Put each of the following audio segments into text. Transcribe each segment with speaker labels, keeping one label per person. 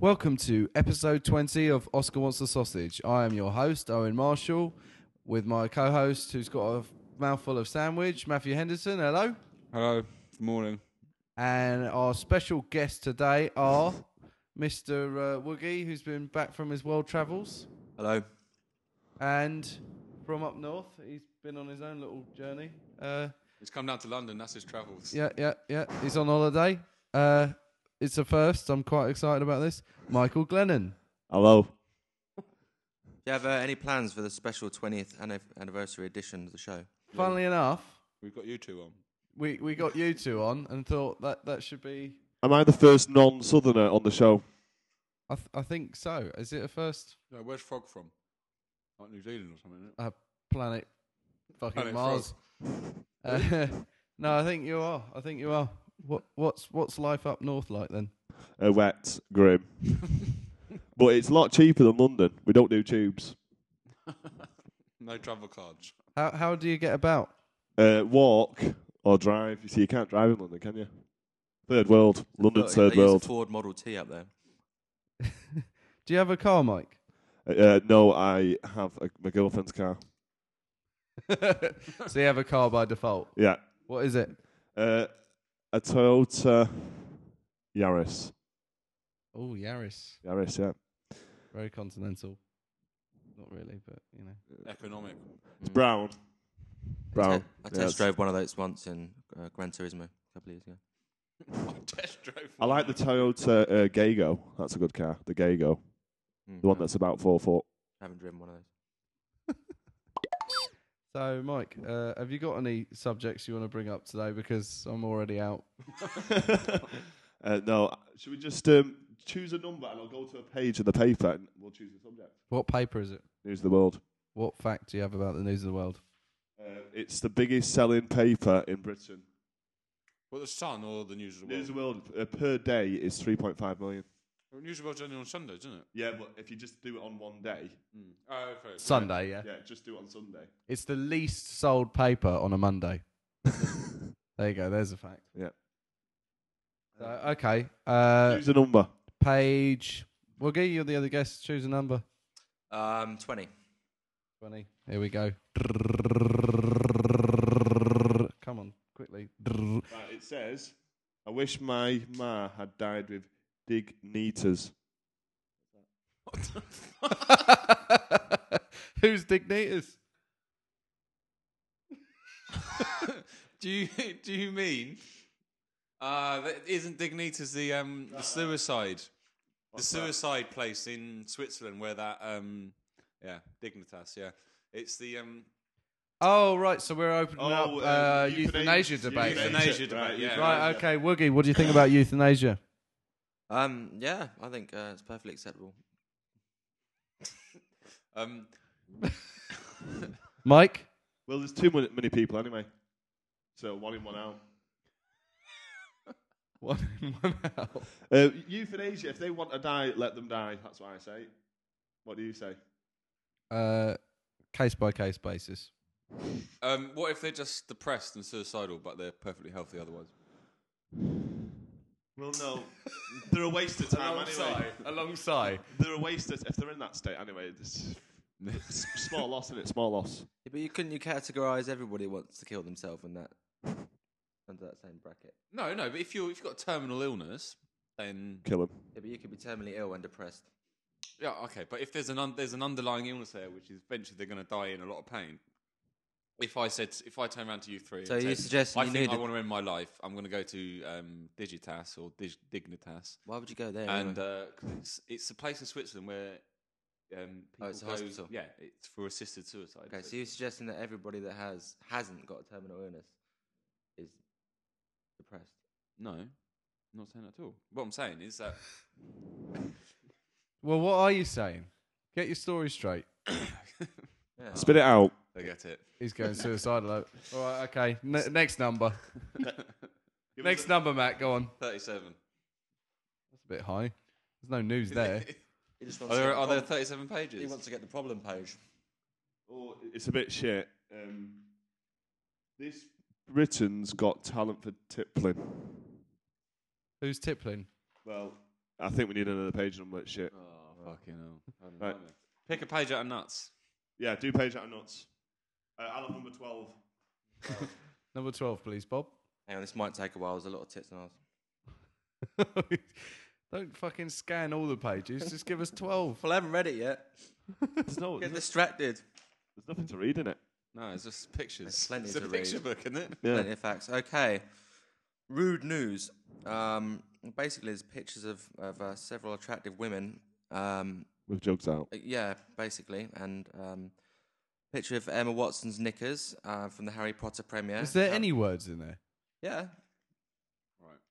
Speaker 1: Welcome to episode 20 of Oscar Wants the Sausage. I am your host, Owen Marshall, with my co host who's got a mouthful of sandwich, Matthew Henderson. Hello.
Speaker 2: Hello. Good morning.
Speaker 1: And our special guests today are Mr. Uh, Woogie, who's been back from his world travels,
Speaker 2: Hello.
Speaker 1: and from up north, he's been on his own little journey. Uh,
Speaker 2: He's come down to London. That's his travels.
Speaker 1: yeah, yeah, yeah. He's on holiday. Uh, it's a first. I'm quite excited about this. Michael Glennon.
Speaker 3: Hello.
Speaker 4: Do you have uh, any plans for the special 20th annif- anniversary edition of the show?
Speaker 1: Funnily enough,
Speaker 2: We've got you two on.
Speaker 1: we, we got you two on and thought that that should be.
Speaker 3: Am I the first non-southerner on the show?
Speaker 1: I, th- I think so. Is it a first uh,
Speaker 2: No, where's Frog from? Like New Zealand or something. Isn't it?
Speaker 1: planet? Fucking
Speaker 2: Planet
Speaker 1: Mars. Uh, no, I think you are. I think you are. What what's what's life up north like then?
Speaker 3: Uh, wet, grim. but it's a lot cheaper than London. We don't do tubes.
Speaker 2: No travel cards.
Speaker 1: How how do you get about?
Speaker 3: Uh, walk or drive. You see, you can't drive in London, can you? Third world. London,
Speaker 4: Look,
Speaker 3: third
Speaker 4: they use a
Speaker 3: world.
Speaker 4: Ford Model T up there.
Speaker 1: Do you have a car, Mike?
Speaker 3: Uh, no, I have a, my girlfriend's car.
Speaker 1: so you have a car by default.
Speaker 3: Yeah.
Speaker 1: What is it?
Speaker 3: Uh, a Toyota Yaris.
Speaker 1: Oh, Yaris.
Speaker 3: Yaris, yeah.
Speaker 1: Very continental. Not really, but you know.
Speaker 2: Economic.
Speaker 3: It's brown.
Speaker 4: I,
Speaker 3: Brown.
Speaker 4: te- I
Speaker 3: Yeah,
Speaker 4: test
Speaker 3: it's-
Speaker 4: drove one of those once in uh, Gran Turismo a couple of years ago.
Speaker 2: I test drove.
Speaker 3: I like the Toyota uh, Gago. That's a good car. The Gago.
Speaker 4: Mm,
Speaker 3: The one
Speaker 4: no,
Speaker 3: that's about four foot.
Speaker 4: I haven't driven one of those.
Speaker 1: So, Mike, uh, have you got any subjects you want to bring up today? Because I'm already out.
Speaker 3: Uh, no, should we just um, choose a number and I'll go to a page in the paper and we'll choose the subject.
Speaker 1: What paper is it?
Speaker 3: News of the World.
Speaker 1: What fact do you have about the news of the world?
Speaker 3: Uh, it's the biggest selling paper in Britain.
Speaker 2: Well, the Sun or the News of the
Speaker 3: News of
Speaker 2: World.
Speaker 3: the World uh, per day is 3.5 million.
Speaker 2: Well, News of the World's only on Sundays, isn't it?
Speaker 3: Yeah, but if you just do it on one day,
Speaker 2: Oh, okay.
Speaker 1: Sunday, yeah.
Speaker 3: yeah, just do it on Sunday.
Speaker 1: It's the least sold paper on a Monday. there you go. There's a fact.
Speaker 3: Yeah.
Speaker 1: So, okay. Uh,
Speaker 3: choose a number.
Speaker 1: page. We'll give you the other guess. Choose a number.
Speaker 4: Um, 20.
Speaker 1: 20. Here we go. Come on, quickly.
Speaker 3: Right, it says, I wish my ma had died with dignitas.
Speaker 1: Who's Dignitas?
Speaker 2: do you do you mean? Uh, that isn't Dignitas the um the suicide, the suicide place in Switzerland where that um yeah Dignitas yeah it's the um
Speaker 1: Oh, right. So we're opening
Speaker 3: Oh,
Speaker 1: up
Speaker 3: uh,
Speaker 1: uh, euthanasia,
Speaker 3: euthanasia-
Speaker 1: debate.
Speaker 2: euthanasia debate,
Speaker 3: right,
Speaker 2: yeah.
Speaker 1: Right, okay. Woogie, what do you think about euthanasia?
Speaker 4: Um, yeah, I think uh, it's perfectly acceptable.
Speaker 2: um
Speaker 1: Mike?
Speaker 3: Well, there's too many, many people anyway. So one in, one out.
Speaker 1: One in, one out.
Speaker 3: Uh, euthanasia, if they want to die, let them die. That's what I say. What do you say?
Speaker 1: Uh, case by case basis.
Speaker 2: um what if they're just depressed and suicidal but they're perfectly healthy otherwise
Speaker 3: Well, no. they're a waste of time anyway.
Speaker 1: Alongside.
Speaker 3: They're a waste of, if they're in that state anyway. It's, it's small loss, isn't it? Small loss.
Speaker 4: Yeah, but you couldn't you categorise everybody who wants to kill themselves in that under that same bracket.
Speaker 2: no no but if you if you've got terminal illness then
Speaker 3: Kill them.
Speaker 4: Yeah, but you could be terminally ill and depressed.
Speaker 2: yeah okay but if there's an un- there's an underlying illness there which is eventually they're going to die in a lot of pain. If I said if I turn around to you three,
Speaker 4: So
Speaker 2: and
Speaker 4: you
Speaker 2: said,
Speaker 4: suggesting
Speaker 2: I
Speaker 4: you
Speaker 2: think I
Speaker 4: needed-
Speaker 2: want to end my life. I'm going to go to um, Digitas or Dig- Dignitas.
Speaker 4: Why would you go there?
Speaker 2: and
Speaker 4: anyway?
Speaker 2: uh, 'cause it's, it's a place in Switzerland where um, people
Speaker 4: Oh, it's a
Speaker 2: go-
Speaker 4: hospital.
Speaker 2: Yeah, it's for assisted suicide.
Speaker 4: okay, so you're suggesting that everybody that has hasn't got a terminal illness is depressed.
Speaker 2: no, I'm not saying that at all. What I'm saying is that
Speaker 1: Well, what are you saying? Get your story straight.
Speaker 4: Yeah.
Speaker 3: Spit it out.
Speaker 2: they get it.
Speaker 1: He's going suicidal. All right, okay. Ne- next number.
Speaker 3: Give
Speaker 1: Next
Speaker 3: us
Speaker 1: number, Matt. Go on.
Speaker 2: Thirty-seven.
Speaker 1: That's a bit high. There's no news there.
Speaker 4: He just
Speaker 2: Are there,
Speaker 4: wants to get the
Speaker 2: are there
Speaker 4: problem-
Speaker 2: thirty-seven
Speaker 4: he
Speaker 2: pages?
Speaker 4: wants to get the problem page.
Speaker 3: a- oh, it's a bit shit. Um, this Britain's got talent for tippling.
Speaker 1: Who's tippling?
Speaker 3: Well, I think we need another page number. Shit.
Speaker 2: Oh, fucking hell.
Speaker 3: Right.
Speaker 2: Pick a page out of nuts.
Speaker 3: Yeah, do page out of nuts. Uh, I love number 12.
Speaker 1: Number 12, please, Bob.
Speaker 4: Hang on, this might take a while. There's a lot of tits and arse.
Speaker 1: Don't fucking scan all the pages. Just give us 12.
Speaker 4: Well, I haven't read it yet.
Speaker 3: There's, no,
Speaker 4: Get
Speaker 3: there's
Speaker 4: distracted.
Speaker 3: nothing to read in it.
Speaker 2: No, it's just pictures.
Speaker 4: There's plenty
Speaker 2: it's
Speaker 4: to
Speaker 2: a
Speaker 4: read.
Speaker 2: picture book, isn't it?
Speaker 3: Yeah.
Speaker 4: Plenty of facts. Okay. Rude news. Um, basically, there's pictures of, of uh, several attractive women. Um,
Speaker 3: With jokes out.
Speaker 4: uh, yeah, basically. And um, picture of Emma Watson's knickers uh, from the Harry Potter premiere.
Speaker 1: Is there
Speaker 4: Um,
Speaker 1: any words in there?
Speaker 4: Yeah.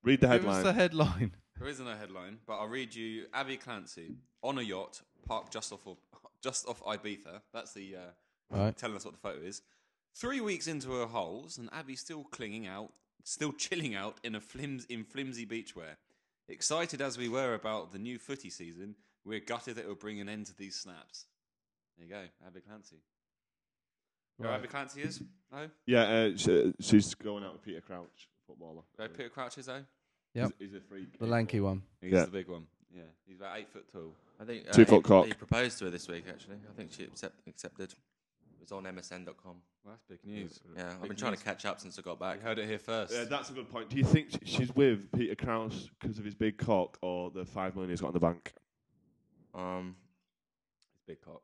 Speaker 3: Read the
Speaker 1: Give us
Speaker 3: headline.
Speaker 1: the headline.
Speaker 2: There isn't a headline, but I'll read you Abby Clancy on a yacht parked just off of, just off Ibiza. That's the uh,
Speaker 1: Right.
Speaker 2: telling us what the photo is. Three weeks into her holes, and Abby's still clinging out, still chilling out in a flims in flimsy beachwear. Excited as we were about the new footy season, we're gutted that it will bring an end to these snaps. There you go, Abby Clancy. You know who
Speaker 1: Right.
Speaker 2: Abby Clancy is? No?
Speaker 3: yeah, uh, she, she's going out with Peter Crouch, footballer.
Speaker 2: Go Peter Crouch is, though?
Speaker 1: Yep.
Speaker 3: He's, he's a freak.
Speaker 1: The lanky one.
Speaker 2: He's
Speaker 3: Yeah.
Speaker 2: the big one. Yeah. He's about eight foot tall.
Speaker 4: I think uh,
Speaker 3: Two
Speaker 4: he-
Speaker 3: foot cock.
Speaker 4: He proposed to her this week, actually. I think she accept, accepted. It was on MSN.com.
Speaker 2: Well, that's big news.
Speaker 4: Yeah, I've
Speaker 2: Big
Speaker 4: been trying
Speaker 2: news.
Speaker 4: to catch up since I got back.
Speaker 2: You heard it here first.
Speaker 3: Yeah, that's a good point. Do you think sh- she's with Peter Crouch because of his big cock or the five million he's got in the bank?
Speaker 4: Um,
Speaker 2: big cock.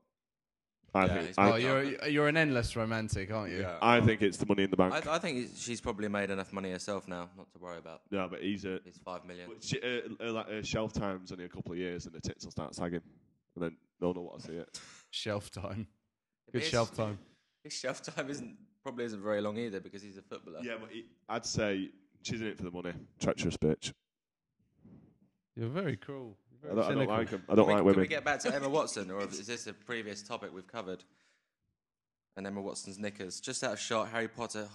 Speaker 3: I
Speaker 4: Yeah,
Speaker 3: think.
Speaker 4: he's
Speaker 3: I,
Speaker 1: Oh, you're, you're an endless romantic, aren't you?
Speaker 3: I think it's the money in the bank.
Speaker 4: I, I think he's- she's probably made enough money herself now, not to worry about
Speaker 3: no, but he's a.
Speaker 4: his five million.
Speaker 3: But she, uh, uh, like, uh, shelf time's only a couple of years, and the tits will start sagging, and then no one will want to see it.
Speaker 1: Shelf time.
Speaker 4: But
Speaker 1: Good
Speaker 4: his-
Speaker 1: shelf time.
Speaker 4: His shelf time isn't probably isn't very long either because he's a footballer.
Speaker 3: yeah, but he- I'd say she's in it for the money. Treacherous bitch.
Speaker 1: You're very cruel.
Speaker 3: I don't, I don't like him. I
Speaker 4: Can
Speaker 3: don't
Speaker 4: we,
Speaker 3: like
Speaker 4: can
Speaker 3: women.
Speaker 4: we get back to Emma Watson, or is this a previous topic we've covered? And Emma Watson's knickers, just out of shot. Harry Potter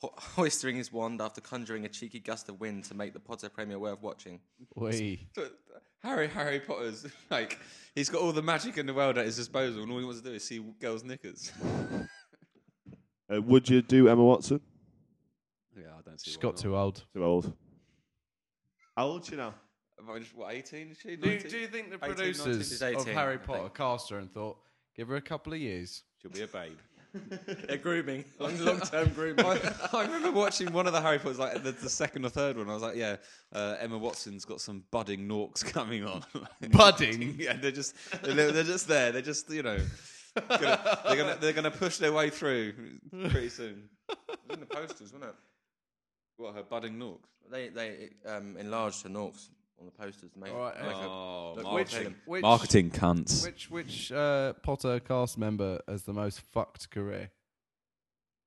Speaker 4: ho- hoisting his wand after conjuring a cheeky gust of wind to make the Potter premiere worth watching.
Speaker 1: We.
Speaker 2: But Harry Harry Potter's like he's got all the magic in the world at his disposal, and all he wants to do is see girls' knickers.
Speaker 3: Uh, would you do Emma Watson?
Speaker 2: yeah, I don't see.
Speaker 1: She's
Speaker 2: why
Speaker 1: got
Speaker 2: not.
Speaker 1: too old.
Speaker 3: Too old. How old she now?
Speaker 2: Am I just- what eighteen? Is she?
Speaker 1: Do you,
Speaker 2: 19?
Speaker 1: do you think the
Speaker 2: 18,
Speaker 1: producers
Speaker 4: 19,
Speaker 1: of
Speaker 4: 18, I
Speaker 1: Harry
Speaker 4: think.
Speaker 1: Potter cast her and thought, give her a couple of years?
Speaker 2: She'll be a babe.
Speaker 4: Yeah, grooming, long term grooming.
Speaker 2: I, I remember watching one of the Harry Potters, like the, the second or third one. I was like, yeah, uh, Emma Watson's got some budding norks coming on.
Speaker 1: Budding?
Speaker 2: yeah, they're just they're, they're just there. They're just you know. gonna, they're gonna they're gonna push their way through pretty soon.
Speaker 4: in the posters, wasn't it?
Speaker 2: What her budding norks?
Speaker 4: They they um, enlarged her norks on the posters. Made,
Speaker 1: All right,
Speaker 4: make
Speaker 1: uh,
Speaker 4: her-
Speaker 2: Oh,
Speaker 1: Look,
Speaker 2: marketing,
Speaker 1: which-
Speaker 2: marketing cunts.
Speaker 1: Which which uh, Potter cast member has the most fucked career?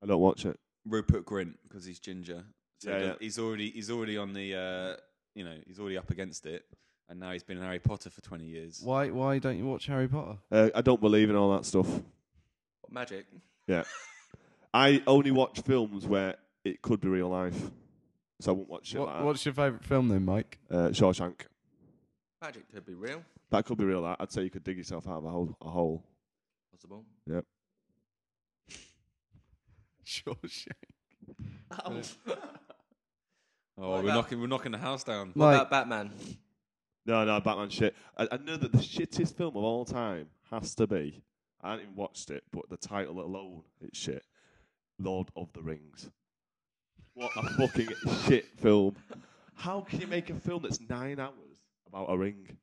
Speaker 3: I don't watch it.
Speaker 2: Rupert Grint because he's ginger. So
Speaker 3: Yeah,
Speaker 2: he-
Speaker 3: yeah.
Speaker 2: he's already he's already on the uh, you know he's already up against it, and now he's been in Harry Potter for twenty years.
Speaker 1: Why why don't you watch Harry Potter?
Speaker 3: Uh, I don't believe in all that stuff.
Speaker 4: magic.
Speaker 3: Yeah. I only watch films where it could be real life, so I won't watch shit
Speaker 1: What,
Speaker 3: like that.
Speaker 1: what's your favourite film then, Mike?
Speaker 3: Uh, Shawshank.
Speaker 4: Magic could be real,
Speaker 3: That could be real. That I'd say you could dig yourself out of a hole. A hole.
Speaker 4: possible.
Speaker 1: Shawshank.
Speaker 2: Oh,
Speaker 4: What
Speaker 2: we're
Speaker 4: about-
Speaker 2: knocking we're knocking the house down.
Speaker 4: What
Speaker 1: Mike,
Speaker 4: about Batman?
Speaker 3: No, no, Batman shit. I, I know that the shittest film of all time has to be. I haven't even watched it, but the title alone, it's shit. Lord of the Rings. What a fucking shit film. How can you make a film that's nine hours about a ring?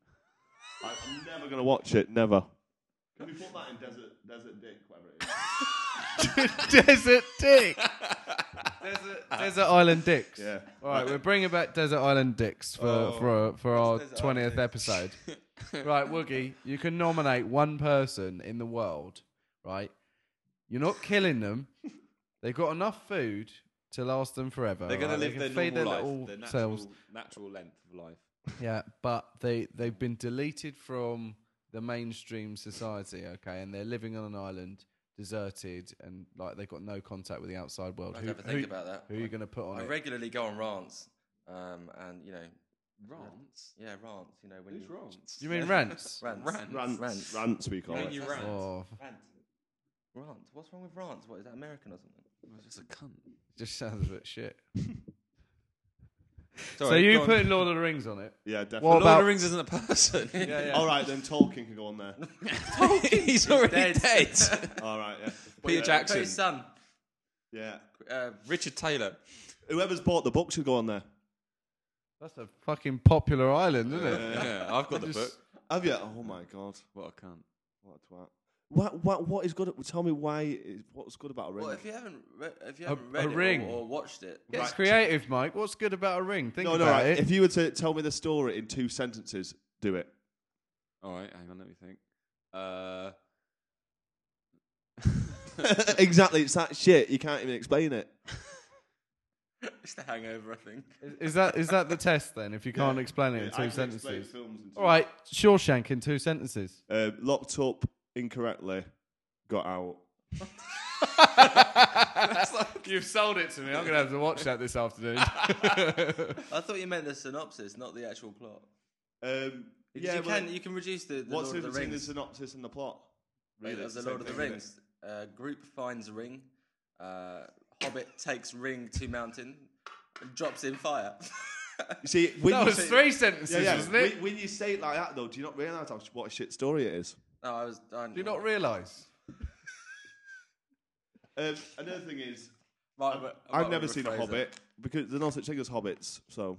Speaker 3: I, I'm never gonna watch it. Never. Can we put that in Desert Desert Dick, whatever it is?
Speaker 1: Desert Dick. Desert, Desert Island Dicks.
Speaker 3: Yeah.
Speaker 1: All right, we're bringing back Desert Island Dicks for for for our twentieth episode. right, Woogie, you can nominate one person in the world. Right, you're not killing them. They've got enough food to last them forever.
Speaker 2: They're gonna
Speaker 1: right? They
Speaker 2: live
Speaker 1: can
Speaker 2: their
Speaker 1: feed
Speaker 2: normal
Speaker 1: their
Speaker 2: life,
Speaker 1: little
Speaker 2: their
Speaker 1: selves.
Speaker 2: natural, natural length of life.
Speaker 1: Yeah, but they they've been deleted from the mainstream society. Okay, and they're living on an island, deserted, and like they've got no contact with the outside world.
Speaker 4: I'd never think about that.
Speaker 1: Who are you going to put on
Speaker 4: I
Speaker 1: it?
Speaker 4: regularly go on rants, um, and you know,
Speaker 2: Rants?
Speaker 4: yeah, rants. You know, when
Speaker 2: Who's
Speaker 4: you
Speaker 2: rants?
Speaker 1: you mean rants?
Speaker 4: rants,
Speaker 2: Rants.
Speaker 4: rants,
Speaker 3: Rants.
Speaker 4: rants,
Speaker 3: Rants we call
Speaker 2: Don't
Speaker 3: it.
Speaker 2: you rant?
Speaker 1: Oh,
Speaker 4: rant. Rant. What's wrong with rants? What is that American or something?
Speaker 2: It's a cunt.
Speaker 1: just sounds a bit shit. so
Speaker 2: Sorry,
Speaker 1: you
Speaker 2: go on.
Speaker 1: putting Lord of the Rings on it?
Speaker 3: Yeah, definitely.
Speaker 1: Well,
Speaker 2: Lord
Speaker 1: about-
Speaker 2: of the Rings isn't a person.
Speaker 1: Yeah, yeah.
Speaker 3: All right, then Tolkien can go on there.
Speaker 2: He's already dead.
Speaker 4: dead.
Speaker 3: All right, yeah. uh,
Speaker 2: Peter
Speaker 4: Put his
Speaker 2: Jackson,
Speaker 4: son,
Speaker 3: Yeah.
Speaker 4: uh,
Speaker 2: Richard Taylor.
Speaker 3: Whoever's bought the book should go on there.
Speaker 1: That's a fucking popular island, isn't it?
Speaker 2: Yeah, I've got the
Speaker 1: just-
Speaker 2: book.
Speaker 3: Have you? Oh my god,
Speaker 2: What I can't.
Speaker 3: what a twat. What, what, what is good? Tell me why. Is, what's good about a ring?
Speaker 4: well, if you haven't, re- if you
Speaker 1: A-
Speaker 4: haven't
Speaker 1: a
Speaker 4: read it or-
Speaker 1: ring.
Speaker 4: Or, watched it,
Speaker 1: It's creative, Mike. What's good about a ring? Think
Speaker 3: no, no.
Speaker 1: about
Speaker 3: Right.
Speaker 1: it.
Speaker 3: If you were to tell me the story in two sentences, do it.
Speaker 2: All right, hang on, let me think. Uh,
Speaker 3: exactly. It's that shit. You can't even explain it.
Speaker 4: it's the hangover, I think.
Speaker 1: Is that is that the test then? If you can't explain it in two sentences. All right, Shawshank in two sentences.
Speaker 3: Uh, locked up incorrectly, got out.
Speaker 1: You've sold it to me. I'm gonna have to watch that this afternoon.
Speaker 4: I thought you meant the synopsis, not the actual plot.
Speaker 3: Um,
Speaker 4: Yeah,
Speaker 3: yeah,
Speaker 4: you
Speaker 3: well,
Speaker 4: can you can reduce the, the
Speaker 3: what's
Speaker 4: Lord
Speaker 3: the
Speaker 4: of
Speaker 3: difference
Speaker 4: the
Speaker 3: between the
Speaker 4: Rings.
Speaker 3: synopsis and the plot?
Speaker 4: Right,
Speaker 3: Really,
Speaker 4: of
Speaker 3: it's
Speaker 4: the
Speaker 3: same
Speaker 4: Lord of the
Speaker 3: thing, isn't
Speaker 4: Rings. Uh, group finds ring. Uh, Hobbit takes ring to mountain and drops in fire.
Speaker 3: it? You see, when
Speaker 1: that
Speaker 3: you
Speaker 1: was
Speaker 3: say,
Speaker 1: three sentences,
Speaker 3: yeah, yeah,
Speaker 1: wasn't it?
Speaker 3: When, when you say it like that, though, do you not realise how what a shit story it is?
Speaker 4: no, I was. I,
Speaker 1: Do you not realise?
Speaker 3: Um, another thing is,
Speaker 4: Right, right,
Speaker 3: I've
Speaker 4: right,
Speaker 3: never
Speaker 4: rephrase
Speaker 3: seen a
Speaker 4: it.
Speaker 3: Hobbit because there's no such thing as hobbits. So,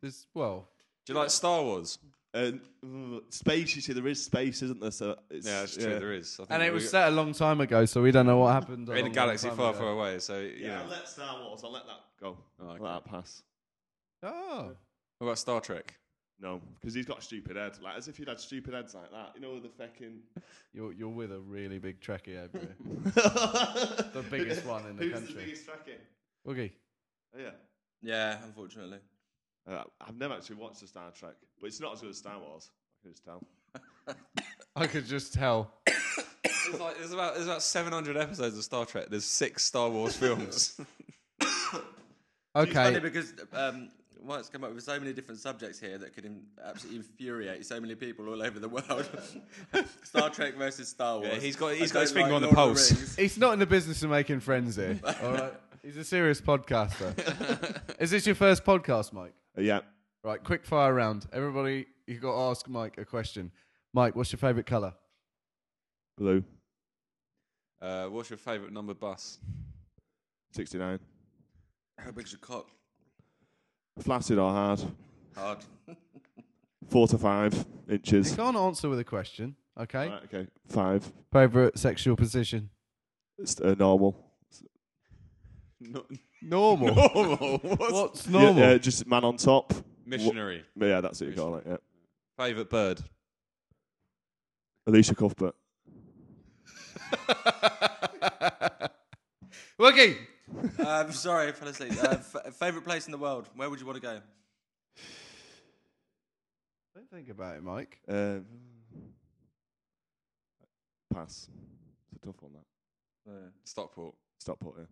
Speaker 1: This well,
Speaker 2: do you like Star Wars?
Speaker 3: um, mm, space. You see, there is space, isn't there? So, it's,
Speaker 2: Yeah, that's true.
Speaker 3: yeah.
Speaker 2: There is. I think
Speaker 1: and it
Speaker 2: we-
Speaker 1: was set a long time ago, so we don't know what happened.
Speaker 2: in a
Speaker 1: long,
Speaker 2: galaxy
Speaker 1: long
Speaker 2: far,
Speaker 1: time
Speaker 2: far
Speaker 1: ago.
Speaker 2: away. So you
Speaker 3: Yeah,
Speaker 2: know.
Speaker 3: I'll let Star Wars. I'll let that go.
Speaker 2: Oh, okay.
Speaker 3: Let that pass.
Speaker 1: Oh,
Speaker 2: What about Star Trek?
Speaker 3: No, because he's got a stupid head. Like as if he'd had stupid heads like that. You know the fucking
Speaker 1: you're you're with a really big trekkie over here. The biggest one in the
Speaker 3: Who's
Speaker 1: country.
Speaker 3: the biggest trekking?
Speaker 1: Boogie.
Speaker 3: Oh, yeah.
Speaker 4: Yeah, unfortunately.
Speaker 3: Uh, I've never actually watched the Star Trek, but it's not as good as Star Wars. I can just tell.
Speaker 1: I could just tell.
Speaker 2: There's, like, there's about there's about 700 episodes of Star Trek. There's six Star Wars films.
Speaker 4: Funny
Speaker 1: Okay,
Speaker 4: because um, well, it's come up with so many different subjects here that could in- absolutely infuriate so many people all over the world. Star Trek versus Star Wars.
Speaker 2: Yeah, he's got-
Speaker 4: I
Speaker 2: he's got his
Speaker 4: don't
Speaker 2: finger on the
Speaker 4: Lord of
Speaker 2: pulse.
Speaker 4: Rings.
Speaker 1: he's not in the business of making friends here. All right, he's a serious podcaster. Is this your first podcast, Mike?
Speaker 3: Uh, yeah.
Speaker 1: Right, quick fire round. Everybody, you got to ask Mike a question. Mike, what's your favourite colour?
Speaker 3: Blue.
Speaker 2: uh, what's your favourite number bus?
Speaker 3: 69.
Speaker 4: How big's your cock?
Speaker 3: Flaccid or hard?
Speaker 4: Hard.
Speaker 3: Four to five
Speaker 1: You
Speaker 3: inches.
Speaker 1: can't answer with a question, okay?
Speaker 3: Right, okay. Five.
Speaker 1: Favourite sexual position?
Speaker 3: It's, uh, normal.
Speaker 2: No-
Speaker 1: Normal.
Speaker 2: normal. What's
Speaker 1: What's
Speaker 3: Yeah,
Speaker 1: normal?
Speaker 3: uh, just man on top.
Speaker 2: missionary?
Speaker 3: But yeah, that's what you call it. Yeah.
Speaker 2: Favourite bird?
Speaker 3: Alicia Cuthbert.
Speaker 1: Woogie!
Speaker 4: Um, sorry, I fell asleep. Uh, f- favorite place in the world? Where would you want to go?
Speaker 1: Don't think about it, Mike.
Speaker 3: Um, pass. It's a tough one, that.
Speaker 2: Stockport.
Speaker 3: Stop putting.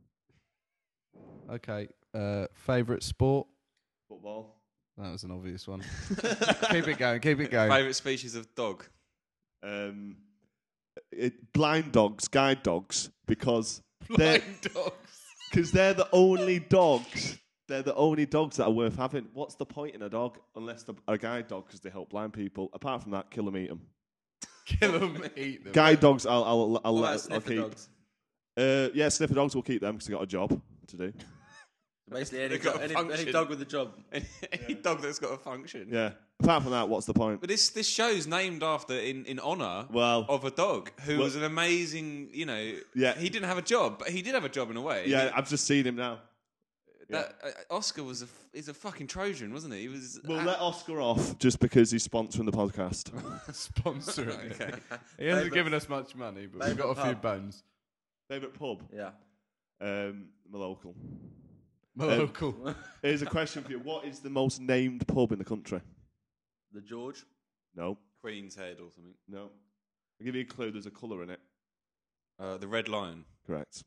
Speaker 1: Okay. Uh, favourite sport?
Speaker 3: Football.
Speaker 1: That was an obvious one. keep it going, keep it going.
Speaker 2: Favourite species of dog?
Speaker 3: Um, it, blind dogs, guide dogs, because they're,
Speaker 1: dogs.
Speaker 3: cause they're the only dogs. They're the only dogs that are worth having. What's the point in a dog unless they're a guide dog because they help blind people? Apart from that, kill them, eat them.
Speaker 1: Kill them, eat them.
Speaker 3: Guide dogs, I'll, I'll, I'll,
Speaker 4: What
Speaker 3: let, us-
Speaker 4: about
Speaker 3: I'll
Speaker 4: sniffer
Speaker 3: keep.
Speaker 4: dogs?
Speaker 3: Uh, yeah, sniffer dogs, we'll keep them because they got a job to do.
Speaker 4: Basically, any,
Speaker 2: They've got
Speaker 4: dog,
Speaker 2: a
Speaker 4: any, any
Speaker 2: function.
Speaker 4: dog with a job.
Speaker 2: Any dog that's got a function.
Speaker 3: Yeah. Apart from that, what's the point? Oh,
Speaker 2: But this this show's named after in in honor
Speaker 3: Well-
Speaker 2: of a dog who
Speaker 3: Well-
Speaker 2: was an amazing, you know,
Speaker 3: Yeah.
Speaker 2: he didn't have a job, but he did have a job in a way.
Speaker 3: Yeah, I've just seen him now.
Speaker 2: That, uh, Oscar was a f- he's a fucking Trojan, wasn't he? He was
Speaker 3: We'll
Speaker 2: a-
Speaker 3: let Oscar off just because he's sponsoring the podcast.
Speaker 1: Sponsoring.
Speaker 2: okay.
Speaker 1: He hasn't
Speaker 4: Favourite-
Speaker 1: given us much money, but we've got a
Speaker 4: favourite
Speaker 1: few
Speaker 4: pub?
Speaker 1: bones.
Speaker 3: Favorite pub?
Speaker 4: Yeah.
Speaker 3: Um, my local.
Speaker 1: My
Speaker 3: Um,
Speaker 1: local.
Speaker 3: Here's a question for you. What is the most named pub in the country?
Speaker 4: The George.
Speaker 3: No.
Speaker 2: Queen's Head or something.
Speaker 3: No. I'll give you a clue. There's a colour in it.
Speaker 2: Uh, the Red Lion.
Speaker 3: Correct.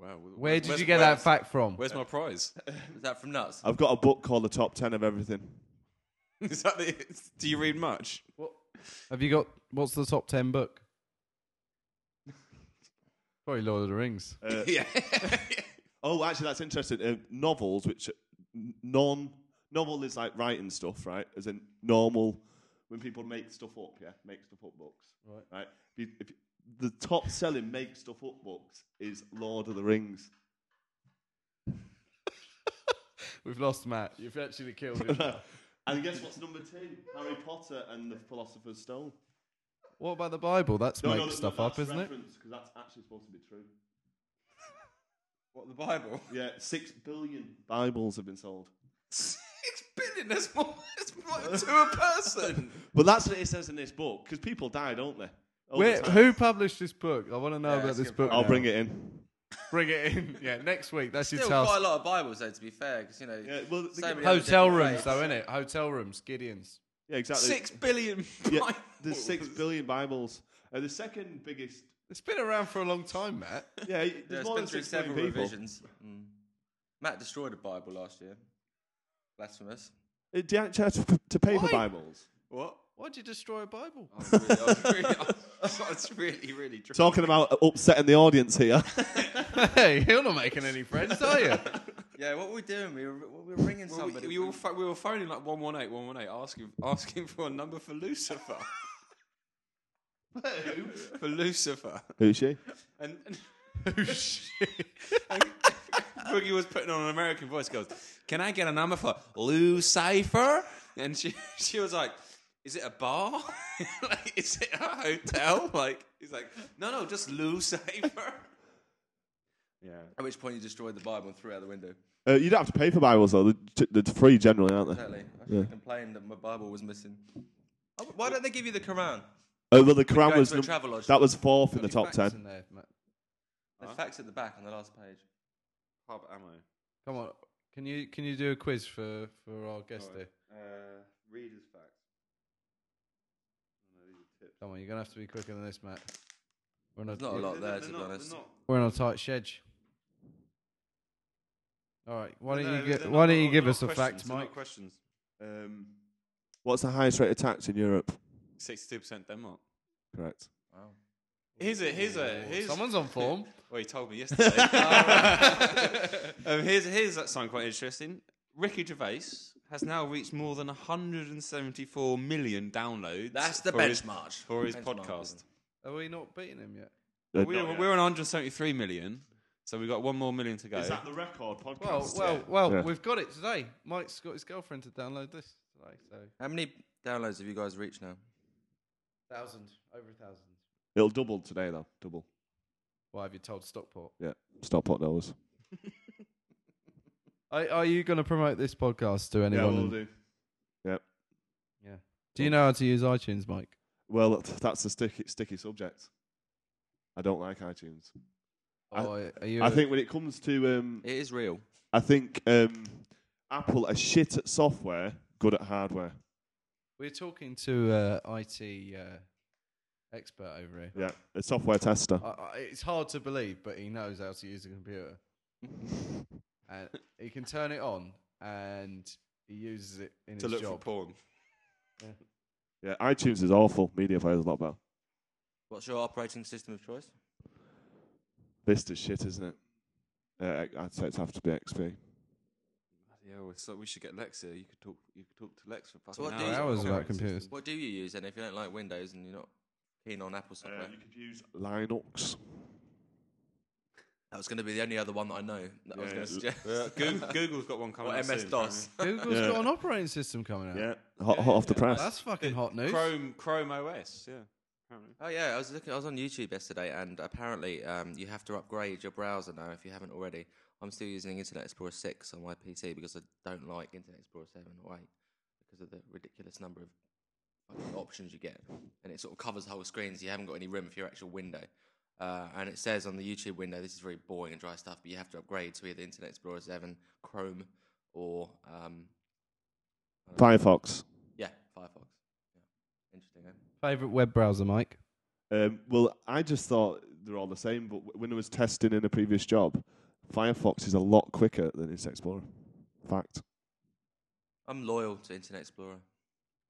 Speaker 2: Wow.
Speaker 1: Where did
Speaker 2: where's-
Speaker 1: you get that
Speaker 2: where's-
Speaker 1: fact from?
Speaker 2: Where's my prize?
Speaker 4: Is that from nuts?
Speaker 3: I've got a book called The Top Ten of Everything.
Speaker 2: Is that the, do you read much?
Speaker 1: Have you got what's the top ten book? Probably Lord of the Rings.
Speaker 3: Uh,
Speaker 2: Yeah.
Speaker 3: Oh, actually, that's interesting. Uh, novels, which are n- non novel is like writing stuff, right? As in normal, when people make stuff up, yeah, make stuff up books,
Speaker 1: Right.
Speaker 3: Right. If you- if you- the top selling make stuff up books is Lord of the Rings.
Speaker 1: We've lost Matt. You've actually killed him.
Speaker 3: and guess what's number two? Harry Potter and the Philosopher's Stone.
Speaker 1: what about the Bible? That's make stuff up, isn't it?
Speaker 3: Because that's actually supposed to be true.
Speaker 2: What the Bible?
Speaker 3: Yeah, six billion Bibles have been sold.
Speaker 2: Six billion. That's more. That's more to a person.
Speaker 3: But that's what it says in this book, because people die, don't they? All the
Speaker 1: Where,
Speaker 3: time.
Speaker 1: who published this book? I want to know
Speaker 4: Yeah,
Speaker 1: about
Speaker 4: that's
Speaker 1: this
Speaker 4: good.
Speaker 1: book.
Speaker 3: I'll
Speaker 1: now.
Speaker 3: bring it in.
Speaker 1: Bring it in. Yeah, next week. That's your
Speaker 4: Still
Speaker 1: task.
Speaker 4: quite a lot of Bibles, though, to be fair, because you know,
Speaker 3: Yeah, well, think
Speaker 4: so many
Speaker 3: about-
Speaker 4: other
Speaker 1: Hotel
Speaker 4: different
Speaker 1: rooms,
Speaker 4: faiths.
Speaker 1: though, innit? Hotel rooms, Gideon's.
Speaker 3: Yeah, exactly.
Speaker 2: Six billion.
Speaker 3: Yeah,
Speaker 2: Bibles.
Speaker 3: there's six billion Bibles. Uh, the second biggest.
Speaker 1: It's been around for a long time, Matt.
Speaker 3: Yeah, there's
Speaker 4: Yeah, it's
Speaker 3: more
Speaker 4: been
Speaker 3: than
Speaker 4: through
Speaker 3: six billion
Speaker 4: several
Speaker 3: people.
Speaker 4: revisions. Mm. Matt destroyed a Bible last year. Blasphemous.
Speaker 3: Uh, Do you actually have to, to pay
Speaker 1: Why?
Speaker 3: for Bibles?
Speaker 2: What?
Speaker 1: Why'd you destroy a Bible?
Speaker 4: I was really, I was really, I was really, really drunk.
Speaker 3: Talking about upsetting the audience here.
Speaker 4: Oh.
Speaker 1: hey, you're not making any friends, are you?
Speaker 4: Yeah, what were we doing? We were, we were ringing
Speaker 2: Well,
Speaker 4: somebody.
Speaker 2: we, we, were pho- we were phoning like 118, 118, asking, asking for a number for Lucifer. for Lucifer.
Speaker 3: Who's she?
Speaker 2: And, and, and Boogie was putting on an American voice, goes, Can I get a number for Lucifer? And she, she was like, Is it a bar? like, is it a hotel? Like, he's like, No, no, just Lucifer.
Speaker 3: Yeah.
Speaker 4: At which point you destroyed the Bible and threw it out the window.
Speaker 3: Uh, you don't have to pay for Bibles though. They're, t- they're free generally, aren't they?
Speaker 4: Totally. I should have complained that my Bible was missing. Oh, Why don't they give you the Quran?
Speaker 3: Oh well, the Quran
Speaker 4: Going
Speaker 3: was
Speaker 4: to a
Speaker 3: num-
Speaker 4: Travelodge.
Speaker 3: that was fourth in the
Speaker 1: Any
Speaker 3: top
Speaker 1: facts
Speaker 3: ten.
Speaker 1: in there, Matt?
Speaker 4: There's facts at the back on the last page.
Speaker 2: Pub ammo.
Speaker 1: Come on, can you can you do a quiz for for our guest here?
Speaker 3: Uh, readers facts.
Speaker 1: Come on, you're gonna have to be quicker than this, Matt. We're in a,
Speaker 4: There's not a lot there, to be honest.
Speaker 1: We're on a tight schedule. All right, why don't
Speaker 2: No,
Speaker 1: you gi-
Speaker 2: they're
Speaker 1: why
Speaker 2: not-
Speaker 1: don't you
Speaker 2: they're
Speaker 1: give
Speaker 2: not
Speaker 1: us a
Speaker 2: questions,
Speaker 1: fact,
Speaker 2: they're not
Speaker 1: Mike?
Speaker 2: Questions.
Speaker 3: Um, What's the highest rate of tax in Europe?
Speaker 2: 62% Denmark.
Speaker 3: Correct.
Speaker 4: Wow.
Speaker 2: Here's a here's a here's
Speaker 1: Someone's on form.
Speaker 2: Well, he told me yesterday. um, here's here's that sound quite interesting. Ricky Gervais has now reached more than 174 million downloads.
Speaker 4: That's the
Speaker 2: for his-
Speaker 4: benchmark.
Speaker 2: for his
Speaker 4: Benchmark,
Speaker 2: podcast.
Speaker 4: isn't it?
Speaker 1: Are we not beating him yet?
Speaker 3: Uh,
Speaker 2: We're,
Speaker 3: not yet.
Speaker 2: we're on 173 million, so we've got one more million to go.
Speaker 3: Is that the record
Speaker 1: Well,
Speaker 3: podcast?
Speaker 1: well, well,
Speaker 3: Yeah.
Speaker 1: we've got it today. Mike's got his girlfriend to download this today, so
Speaker 4: How many downloads have you guys reached now?
Speaker 1: thousand over a thousand.
Speaker 3: It'll double today though. Double.
Speaker 1: Why have you told Stockport?
Speaker 3: Yeah. Stop hot those.
Speaker 1: Are, are you going to promote this podcast to anyone?
Speaker 3: do.
Speaker 1: Yeah. Do you know how to use iTunes, Mike?
Speaker 3: Well, th- that's a sticky, sticky subject. I don't like iTunes. I-
Speaker 1: Or are you
Speaker 3: I think when it comes to, um,
Speaker 4: It is real.
Speaker 3: I think um, Apple are shit at software, good at hardware.
Speaker 1: we're talking to uh, IT uh, expert over here.
Speaker 3: Yeah, a software tester.
Speaker 1: I, I, it's hard to believe, but he knows how to use a computer. and Uh, he can turn it on, and he uses it in
Speaker 2: to
Speaker 1: his
Speaker 2: look
Speaker 1: job.
Speaker 2: for porn?
Speaker 3: Yeah, iTunes is awful. Media player is a lot better.
Speaker 4: What's your operating system of choice?
Speaker 3: Vista's shit, isn't it? Uh, I'd say it's have to be XP.
Speaker 2: Yeah, well, so we should get Lexia. You could talk. You could talk to Lex for fucking
Speaker 4: So what do
Speaker 2: hours.
Speaker 4: you-
Speaker 1: Hours about
Speaker 2: Operating
Speaker 1: computers.
Speaker 2: system.
Speaker 4: What do you use then if you don't like Windows and you're not keen on Apple
Speaker 3: Uh,
Speaker 4: software?
Speaker 3: you could use Linux.
Speaker 4: That was going to be the only other one that I know that I
Speaker 3: Yeah,
Speaker 4: was going
Speaker 3: l-
Speaker 4: to suggest.
Speaker 2: Yeah, Google, Google's got one coming.
Speaker 4: Or
Speaker 2: out soon,
Speaker 4: MS DOS.
Speaker 1: Google's
Speaker 3: Yeah.
Speaker 1: got an operating system coming out.
Speaker 3: Yeah, hot, hot off the press.
Speaker 1: That's fucking
Speaker 2: apparently.
Speaker 1: hot news.
Speaker 2: Chrome Chrome OS. Yeah. apparently.
Speaker 4: Oh yeah, I was looking. I was on YouTube yesterday, and apparently, um, you have to upgrade your browser now if you haven't already. I'm still using Internet Explorer 6 on my PC because I don't like Internet Explorer 7 or 8 because of the ridiculous number of fucking options you get, and it sort of covers the whole screen, so you haven't got any room for your actual window. Uh, and it says on the YouTube window, this is very boring and dry stuff, but you have to upgrade to either Internet Explorer 7, Chrome, or um,
Speaker 3: Firefox.
Speaker 4: yeah, Firefox. Yeah. Interesting. Eh?
Speaker 1: Favorite web browser, Mike?
Speaker 3: Um, well, I just thought they're all the same, but w- when I was testing in a previous job, Firefox is a lot quicker than Internet Explorer. Fact.
Speaker 4: I'm loyal to Internet Explorer.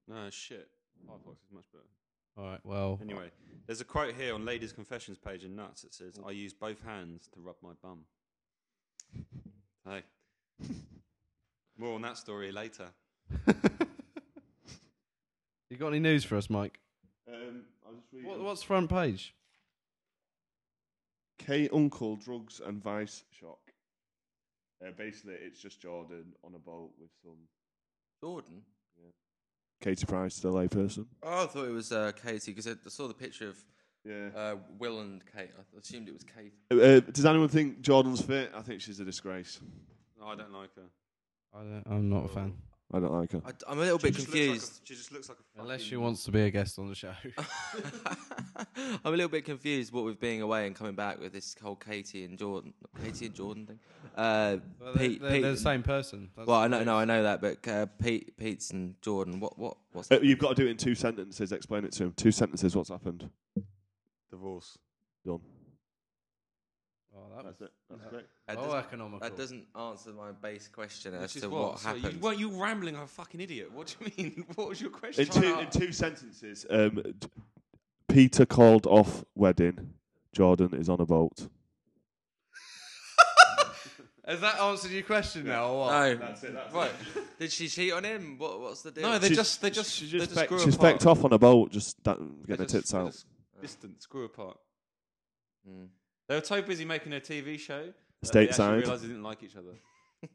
Speaker 2: No shit. Firefox is much better.
Speaker 1: All right. Well,
Speaker 2: Anyway, there's a quote here on Ladies' Confessions page in Nuts. It says, "I use both hands to rub my bum." Hey. More on that story later.
Speaker 1: You got any news for us, Mike?
Speaker 3: Um, I was just reading.
Speaker 1: What, what's front page?
Speaker 3: K Uncle Drugs and Vice Shock. Uh, basically, it's just Jordan on a boat with some
Speaker 4: Jordan.
Speaker 3: Katie Price, the layperson.
Speaker 4: Oh, I thought it was uh, Katie because I I saw the picture of
Speaker 3: Yeah.
Speaker 4: uh, Will and Kate. I assumed it was Kate.
Speaker 3: Uh, uh, does anyone think Jordan's fit? I think she's a disgrace.
Speaker 2: No, I don't like her.
Speaker 1: I don't, I'm not a fan.
Speaker 3: I don't like her.
Speaker 4: I, am a little bit
Speaker 2: She just looks like a-
Speaker 4: confused.
Speaker 2: she just looks like a.
Speaker 1: Unless she
Speaker 2: fucking-
Speaker 1: wants to be a guest on the show.
Speaker 4: I'm a little bit confused what with being away and coming back with this whole Katie and Jordan, Katie and Jordan thing. Uh,
Speaker 1: Well, they're,
Speaker 4: Pete,
Speaker 1: they're- they're
Speaker 4: Pete
Speaker 1: the
Speaker 4: and-
Speaker 1: same person. That's
Speaker 4: Well,
Speaker 1: the
Speaker 4: I know, no,
Speaker 1: news.
Speaker 4: I know that, but uh, Pete, Pete's and Jordan. What, what, what's
Speaker 3: Uh, you've got to do it in two sentences. Explain it to him. Two sentences. What's happened?
Speaker 2: divorce.
Speaker 3: Done.
Speaker 1: Oh, that was,
Speaker 3: it. That's great.
Speaker 4: that?
Speaker 1: oh,
Speaker 4: doesn't,
Speaker 1: economical.
Speaker 4: that doesn't answer my base question as
Speaker 2: Which is
Speaker 4: to what,
Speaker 2: what? So
Speaker 4: happened.
Speaker 2: you, well, you rambling like a fucking idiot. What do you mean? What was your question?
Speaker 3: In two, in two sentences, um, d- Peter called off wedding. Jordan is on a boat.
Speaker 1: Has that answered your question now? Or what?
Speaker 4: no,
Speaker 3: it. That's
Speaker 4: right? Did she cheat on him? What, what's the deal?
Speaker 2: no, they just they just
Speaker 3: she's
Speaker 2: they
Speaker 3: just,
Speaker 2: just
Speaker 3: feck-
Speaker 2: screw
Speaker 3: she's
Speaker 2: apart.
Speaker 3: fecked off on a boat, just that,
Speaker 2: They
Speaker 3: getting her
Speaker 2: just-
Speaker 3: tits
Speaker 2: they
Speaker 3: out.
Speaker 2: just Distant, screw apart.
Speaker 4: Mm.
Speaker 2: They were so busy making a TV show. that They
Speaker 3: Stateside.
Speaker 2: actually realised they didn't like each other.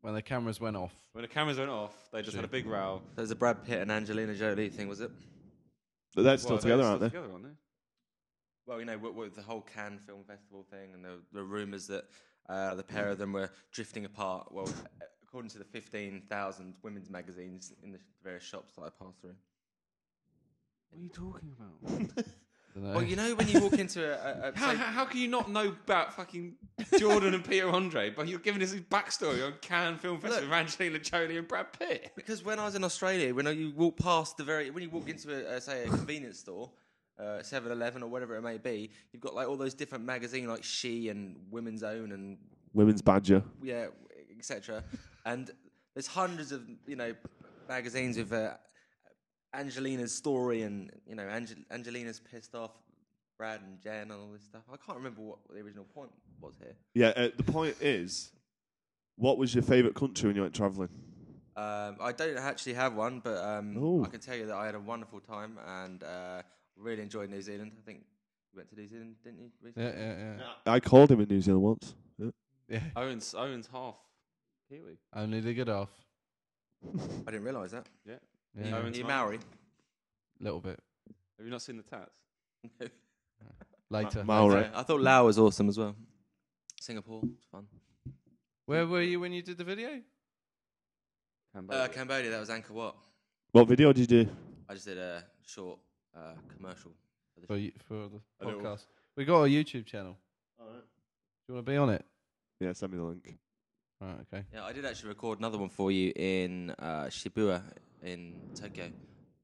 Speaker 1: When the cameras went off.
Speaker 2: When the cameras went off, they just had a big row.
Speaker 4: That was a Brad Pitt and Angelina Jolie thing, was it?
Speaker 3: But they're still
Speaker 2: Well,
Speaker 3: together,
Speaker 2: they're
Speaker 3: aren't they?
Speaker 2: still Together, aren't they?
Speaker 4: Well, you know, with, with the whole Cannes Film Festival thing and the, the rumours that uh, the pair of them were drifting apart. Well, according to the 15,000 women's magazines in the various shops that I passed through.
Speaker 2: What are you talking about?
Speaker 1: Dunno.
Speaker 4: Well, you know, when you walk into a. a, a
Speaker 2: how,
Speaker 4: say-
Speaker 2: how, how can you not know about fucking Jordan and Peter Andre? But you're giving us his backstory on Cannes Film Festival with Angelina Jolie and Brad Pitt.
Speaker 4: Because when I was in Australia, when you walk past the very, when you walk into a, uh, say a convenience store, uh, Seven Eleven or whatever it may be, you've got like all those different magazines like She and Women's Own and
Speaker 3: Women's Badger.
Speaker 4: yeah, etc. And there's hundreds of you know magazines with uh, Angelina's story and you know Angel- Angelina's pissed off Brad and Jen and all this stuff. I can't remember what the original point was here.
Speaker 3: Yeah, uh, the point is, what was your favourite country when you went travelling?
Speaker 4: Um, I don't actually have one, but um,
Speaker 3: Ooh.
Speaker 4: I can tell you that I had a wonderful time and uh, really enjoyed New Zealand. I think you went to New Zealand, didn't you? Recently?
Speaker 1: Yeah, yeah, yeah.
Speaker 3: I called him in New Zealand once. Yeah.
Speaker 1: yeah.
Speaker 2: Owen's Owen's half Kiwi.
Speaker 1: Only the good off.
Speaker 4: I didn't realise that.
Speaker 2: Yeah.
Speaker 1: Yeah.
Speaker 2: Owen's
Speaker 4: Are you
Speaker 2: half.
Speaker 4: Maori?
Speaker 1: little bit.
Speaker 2: Have you not seen the tats?
Speaker 1: Later.
Speaker 3: Maori.
Speaker 1: later.
Speaker 4: I thought Laos was awesome as well. Singapore, it's fun.
Speaker 1: Where were you when you did the video?
Speaker 4: Uh, Cambodia, that was Angkor Wat.
Speaker 3: What video did you do?
Speaker 4: I just did a short uh, commercial. For the
Speaker 1: For,
Speaker 4: show.
Speaker 1: you, for the
Speaker 3: A little.
Speaker 1: podcast. We got a YouTube channel. Do you want to be on it?
Speaker 3: Yeah, send me the link.
Speaker 1: Right, okay.
Speaker 4: Yeah, I did actually record another one for you in uh, Shibuya in Tokyo,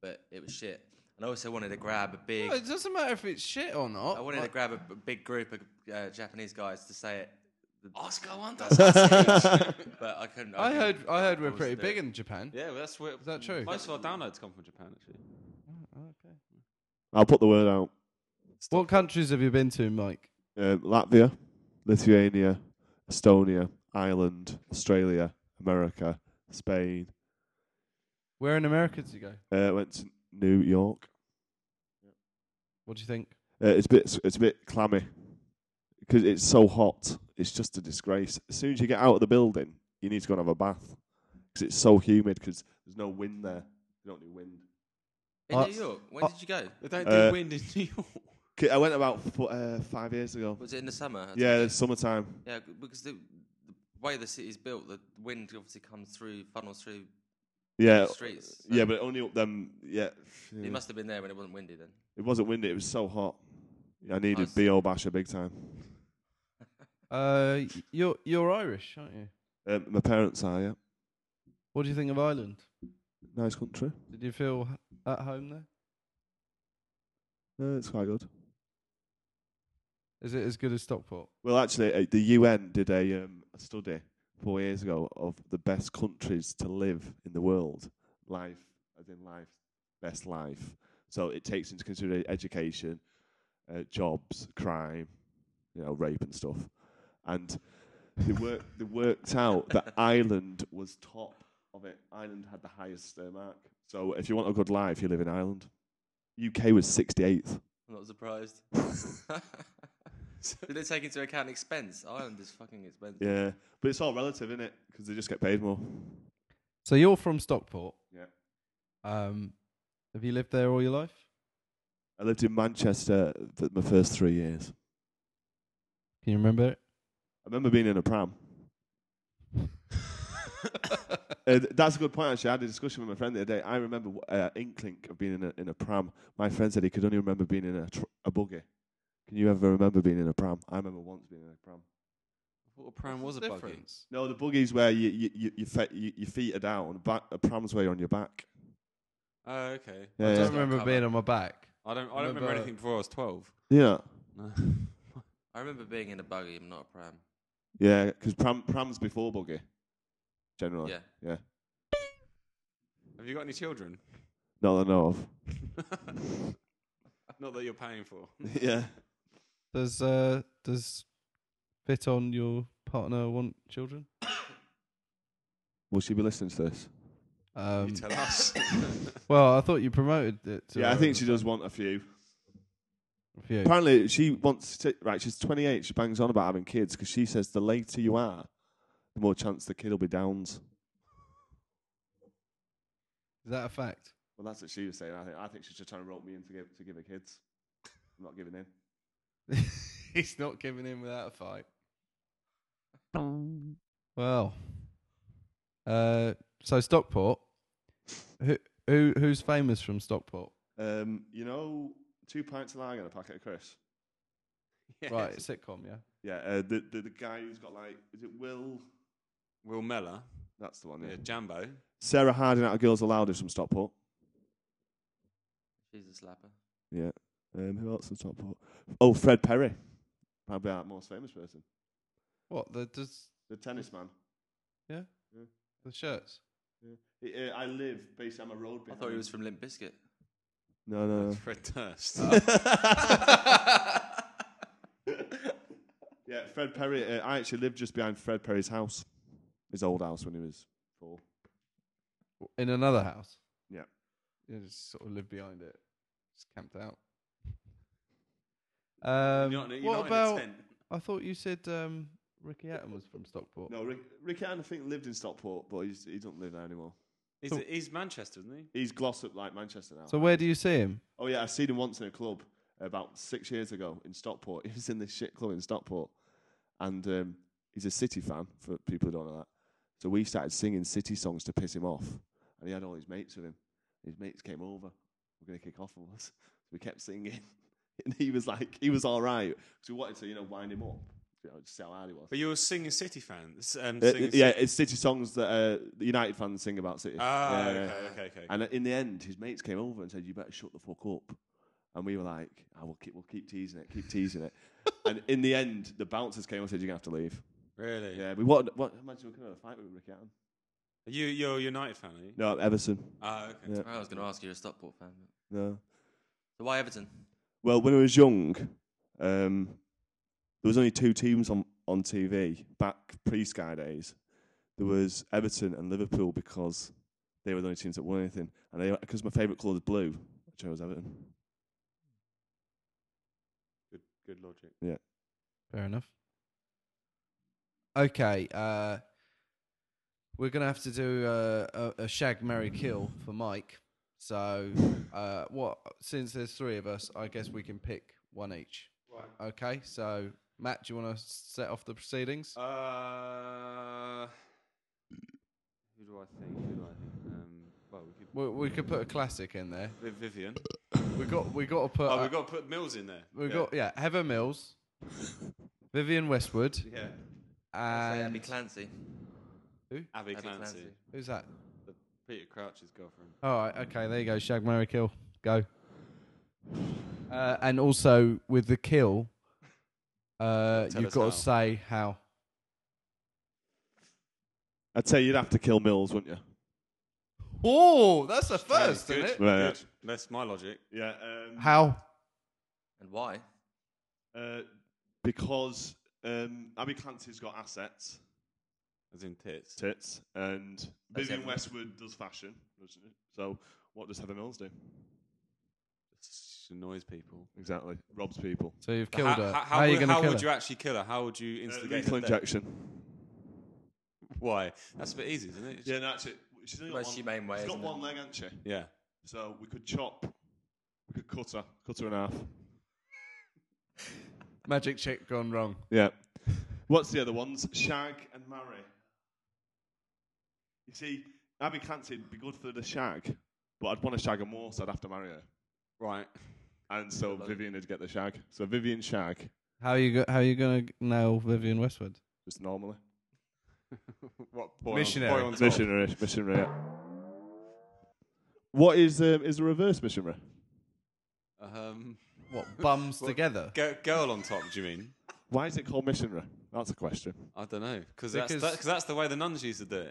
Speaker 4: but it was shit. And I also wanted to grab a big.
Speaker 1: Well, it doesn't matter if it's shit or not.
Speaker 4: I wanted to
Speaker 1: Like,
Speaker 4: grab a b- big group of uh, Japanese guys to say it,
Speaker 2: Oscar one
Speaker 4: but I couldn't.
Speaker 1: I
Speaker 4: couldn't-
Speaker 1: heard. I heard we're
Speaker 4: wasn't
Speaker 1: pretty
Speaker 4: doing
Speaker 1: big
Speaker 4: it.
Speaker 1: in Japan.
Speaker 2: Yeah, well, that's where. Is
Speaker 1: that true?
Speaker 2: Most of our downloads come from Japan, actually.
Speaker 1: Okay.
Speaker 3: I'll put the word out.
Speaker 1: What countries have you been to, Mike?
Speaker 3: Um, Latvia, Lithuania, Estonia, Ireland, Australia, America, Spain.
Speaker 1: Where in America did you go?
Speaker 3: Uh, went to New York.
Speaker 1: What do you think?
Speaker 3: Uh, it's a bit it's a bit clammy because it's so hot. It's just a disgrace. As soon as you get out of the building, you need to go and have a bath because it's so humid. Because there's no wind there. You don't do wind.
Speaker 4: In
Speaker 1: Uh,
Speaker 4: New York. When
Speaker 1: uh,
Speaker 4: did you go?
Speaker 2: They don't
Speaker 3: Uh,
Speaker 2: do wind in New York.
Speaker 3: 'Kay, I went about f- uh, five years ago.
Speaker 4: Was it in the summer?
Speaker 3: Yeah, it's summertime.
Speaker 4: Yeah, g- because the, the way the city's built, the wind obviously comes through, funnels through
Speaker 3: Yeah,
Speaker 4: the streets. So
Speaker 3: yeah, but only up them. Yeah,
Speaker 4: it must have been there when it wasn't windy then.
Speaker 3: It wasn't windy. It was so hot. I needed
Speaker 4: Nice.
Speaker 3: bo basher big time.
Speaker 1: Uh, you're you're Irish, aren't you?
Speaker 3: Um, my parents are yeah,
Speaker 1: What do you think of Ireland?
Speaker 3: nice country.
Speaker 1: Did you feel h- at home there?
Speaker 3: Uh, it's quite good.
Speaker 1: Is it as good as Stockport?
Speaker 3: Well, actually, uh, the UN did a, um, a study four years ago of the best countries to live in the world, life as in life, best life. So it takes into consideration education, uh, jobs, crime, you know, rape and stuff. And they worked they worked out that Ireland was top of it. Ireland had the highest uh, mark. So if you want a good life, you live in Ireland. UK was 68th.
Speaker 4: I'm not surprised. Did they take into account expense? Ireland is fucking expensive.
Speaker 3: Yeah, but it's all relative, isn't it? Because they just get paid more.
Speaker 1: So you're from Stockport.
Speaker 3: Yeah.
Speaker 1: Um, have you lived there all your life?
Speaker 3: I lived in Manchester for my first three years.
Speaker 1: Can you remember it?
Speaker 3: I remember being in a pram. Uh, th- that's a good point, actually. I had a discussion with my friend the other day. I remember uh, Inklink of being in a, in a pram. My friend said he could only remember being in a, tr- a buggy. Can you ever remember being in a pram? I remember once being in a pram.
Speaker 2: What a pram was a buggy.
Speaker 3: No, the buggy's where you, you, you, you fe- you, your feet are down. Back, a pram's where you're on your back.
Speaker 2: Oh, okay.
Speaker 3: Yeah,
Speaker 1: I
Speaker 3: yeah.
Speaker 1: don't remember being on my back.
Speaker 2: I don't. I don't remember
Speaker 1: Remember-
Speaker 2: anything before I was twelve.
Speaker 3: Yeah.
Speaker 2: No.
Speaker 4: I remember being in a buggy, but not a pram.
Speaker 3: Yeah, because pram, pram's before buggy, generally.
Speaker 4: Yeah.
Speaker 3: Yeah.
Speaker 2: Have you got any children?
Speaker 3: Not that I know of.
Speaker 2: Not that you're paying for.
Speaker 3: yeah.
Speaker 1: Does uh does fit on your partner want children?
Speaker 3: Will she be listening to this?
Speaker 1: Um,
Speaker 2: you tell us.
Speaker 1: well, I thought you promoted it. To uh,
Speaker 3: yeah, I
Speaker 1: her
Speaker 3: think she does want a few.
Speaker 1: a few.
Speaker 3: Apparently, she wants to. Right, she's 28. She bangs on about having kids because she says the later you are, the more chance the kid will be downs.
Speaker 1: Is that a fact?
Speaker 3: Well, that's what she was saying. I think I think she's just trying to rope me in to give to give her kids. I'm not giving in.
Speaker 1: He's not giving in without a fight. Well, uh, so Stockport. Who who who's famous from Stockport?
Speaker 3: Um, you know, two pints of lager and a packet of crisps.
Speaker 1: Right, sitcom. Yeah.
Speaker 3: Yeah, uh, the, the the guy who's got like, is it Will?
Speaker 2: Will Meller.
Speaker 3: That's the one. Yeah.
Speaker 2: Yeah, Jambo.
Speaker 3: Sarah Harding out of Girls Aloud is from Stockport.
Speaker 4: She's a slapper.
Speaker 3: Yeah. Um, who else from Stockport? Oh, Fred Perry, probably our most famous person.
Speaker 1: What the does
Speaker 3: The tennis man.
Speaker 1: the shirts?
Speaker 3: He- uh, I live basically. I'm a road.
Speaker 4: I
Speaker 3: Behind.
Speaker 4: thought he was from Limp Bizkit.
Speaker 3: No, no. no.
Speaker 2: That's Fred Durst.
Speaker 3: um, Yeah, Fred Perry. Uh, I actually lived just behind Fred Perry's house, his old house when he was four.
Speaker 1: In another house.
Speaker 3: Yeah.
Speaker 1: You just sort of live behind it. Just camped out. Um,
Speaker 2: You're not in a- you're not
Speaker 1: what
Speaker 2: in a
Speaker 1: about?
Speaker 2: tent.
Speaker 1: I thought you said um, Ricky Atten was from Stockport.
Speaker 3: No, Rick, Rick Ann, I think lived in Stockport, but he's, he doesn't live there anymore.
Speaker 2: He's, he's Manchester, isn't he?
Speaker 3: He's Glossop, like Manchester now.
Speaker 1: So where do you see him?
Speaker 3: oh yeah, I've seen him once in a club about six years ago in Stockport. He was in this shit club in Stockport, and um, he's a City fan. For people who don't know that, so we started singing City songs to piss him off, and he had all his mates with him. His mates came over. We're gonna kick off on us. We kept singing, and he was like, he was all right because we wanted to, you know, wind him up, you know, just see how hard he was.
Speaker 2: But you're singing City fans. Um,
Speaker 3: Uh,
Speaker 2: singing
Speaker 3: yeah, it's City songs that uh, the United fans sing about City.
Speaker 2: Ah,
Speaker 3: Yeah,
Speaker 2: okay,
Speaker 3: yeah.
Speaker 2: okay, okay.
Speaker 3: And in the end, his mates came over and said, "You better shut the fuck up." And we were like, "I will keep, we'll keep teasing it, keep teasing it." and in the end, the bouncers came and said, "You're gonna have to leave."
Speaker 2: really?
Speaker 3: Yeah, we what? what imagine we could have had a fight with Ricky Hatton.
Speaker 2: Are you, you're a United fan, are you?
Speaker 3: No, Everson.
Speaker 2: Ah, okay.
Speaker 3: Yeah.
Speaker 4: I was going to ask you, you're a Stockport fan.
Speaker 3: No.
Speaker 4: So why Everton?
Speaker 3: Well, when I was young, um, there was only two teams on on TV back pre Sky days. There was Everton and Liverpool because they were the only teams that won anything, and they because my favourite colour is blue, I chose Everton.
Speaker 2: Good, good logic.
Speaker 1: Fair enough. Okay, uh, we're gonna have to do uh, a, a shag, marry, kill for Mike. So, uh, what? Since there's three of us, I guess we can pick one each. Okay. So, Matt, do you want to set off the proceedings?
Speaker 2: Uh, who do I think? Who do I think? Um, well, we could
Speaker 1: we, we could put a classic in there.
Speaker 2: Viv- Vivian.
Speaker 3: uh,
Speaker 1: We got we got to put.
Speaker 2: Oh,
Speaker 1: uh,
Speaker 2: we've got to put Mills in there.
Speaker 1: we got yeah. Heather Mills, Vivian Westwood,
Speaker 2: Yeah.
Speaker 4: That'd be
Speaker 1: and
Speaker 4: Clancy.
Speaker 2: Abby
Speaker 4: Abby
Speaker 2: Clancy.
Speaker 4: Clancy.
Speaker 1: who's that?
Speaker 2: The Peter Crouch's girlfriend.
Speaker 1: All right, okay, there you go. Shag, marry, kill. Go. Uh, and also with the kill, uh,
Speaker 2: Tell
Speaker 1: you've
Speaker 2: us
Speaker 1: got
Speaker 2: how.
Speaker 1: to say how.
Speaker 3: I'd say you'd have to kill Mills, wouldn't you?
Speaker 1: Oh, that's a first,
Speaker 2: Good,
Speaker 1: isn't it?
Speaker 3: Right,
Speaker 2: good. That's my logic.
Speaker 3: Yeah. Um,
Speaker 1: How?
Speaker 4: And why?
Speaker 3: uh, because Um, Abby Clancy's got assets,
Speaker 2: As in tits.
Speaker 3: tits, and Vivian
Speaker 4: everyone.
Speaker 3: Westwood does fashion, doesn't it? So what does Heather Mills do?
Speaker 2: She annoys people.
Speaker 3: Exactly, robs people.
Speaker 1: So you've killed
Speaker 2: how
Speaker 1: her.
Speaker 2: how,
Speaker 1: are you
Speaker 2: would,
Speaker 1: going to
Speaker 2: how
Speaker 1: kill
Speaker 2: would
Speaker 1: her?
Speaker 2: you actually kill her? How would you
Speaker 3: Uh,
Speaker 2: instigate
Speaker 3: lethal
Speaker 2: her death?
Speaker 3: injection.
Speaker 2: Why? That's a bit easy, isn't it?
Speaker 3: Yeah, no, actually, she's only got
Speaker 4: Well,
Speaker 3: one,
Speaker 4: she main way,
Speaker 3: she's got
Speaker 4: isn't it?
Speaker 3: one leg, hasn't she?
Speaker 2: Yeah.
Speaker 3: So we could chop, we could cut her, cut her in half.
Speaker 1: Magic chick gone wrong.
Speaker 3: Yeah. What's the other ones? Shag and Marry. You see, Abby Clancy would be good for the shag, but I'd want to shag her more, so I'd have to marry her.
Speaker 2: Right.
Speaker 3: And so Vivian would get the shag. So Vivian shag,
Speaker 1: How are you go- how are you going to nail Vivian Westwood?
Speaker 3: just normally.
Speaker 2: What point?
Speaker 1: Missionary.
Speaker 2: Point on top.
Speaker 3: Missionary, missionary. yeah. What is um, is the reverse missionary?
Speaker 2: Um,
Speaker 1: What bums together?
Speaker 2: go, girl on top, do you mean?
Speaker 3: Why is it called missionary? That's a question.
Speaker 2: I don't know. Cause that's,
Speaker 1: Because-
Speaker 2: that, cause that's the way the nuns used to do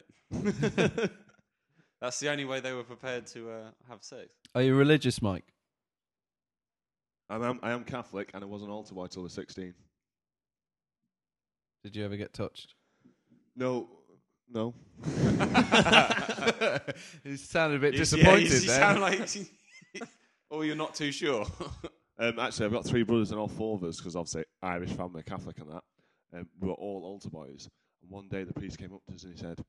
Speaker 2: it. that's the only way they were prepared to uh, have sex.
Speaker 1: Are you religious, Mike?
Speaker 3: I am, I am Catholic, and I was an altar boy till I was sixteen.
Speaker 1: Did you ever get touched?
Speaker 3: No, no.
Speaker 1: you sounded a bit
Speaker 2: yeah,
Speaker 1: disappointed
Speaker 2: you, you
Speaker 1: there.
Speaker 2: sound like. or you're not too sure.
Speaker 3: Um, actually, I've got three brothers and all four of us because obviously Irish family, Catholic, and that. Um, we were all altar boys. And one day the priest came up to us and he said,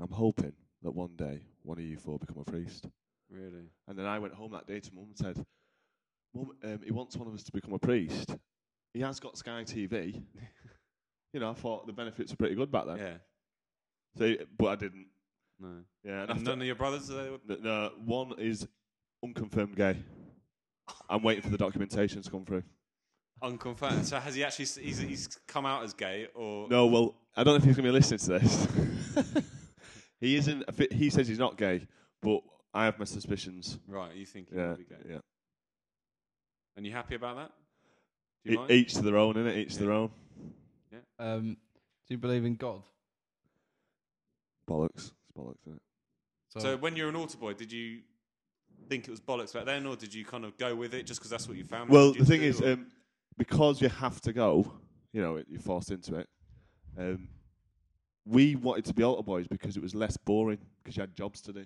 Speaker 3: "I'm hoping that one day one of you four become a priest."
Speaker 2: really?
Speaker 3: And then I went home that day to mum and said, "Mum, um, he wants one of us to become a priest. He has got Sky TV." you know, I thought the benefits were pretty good back then.
Speaker 2: Yeah.
Speaker 3: So, but I didn't.
Speaker 2: No.
Speaker 3: Yeah, and
Speaker 2: And
Speaker 3: after,
Speaker 2: none of your brothers. They were,
Speaker 3: th- no, one is unconfirmed gay. I'm waiting for the documentation to come through.
Speaker 2: Unconfirmed. So has he actually? s- He's, he's come out as gay, or
Speaker 3: No, well, I don't know if he's going to be listening to this. he isn't. a fi- He says he's not gay, but I have my suspicions.
Speaker 2: right? You think he
Speaker 3: Yeah,
Speaker 2: might be gay?
Speaker 3: yeah.
Speaker 2: And you happy about that? Do you
Speaker 3: E-
Speaker 2: mind?
Speaker 3: each to their own, innit? Each to
Speaker 2: Yeah.
Speaker 3: their own.
Speaker 1: um, do you believe in God?
Speaker 3: Bollocks. It's bollocks, innit?
Speaker 2: so when you were an altar boy, did you think it was bollocks back then, or did you kind of go with it just because that's what you found?
Speaker 3: Well,
Speaker 2: you
Speaker 3: the thing
Speaker 2: do,
Speaker 3: is,
Speaker 2: or-
Speaker 3: um, because you have to go, you know, you're forced into it. Um, we wanted to be altar boys because it was less boring because you had jobs to do.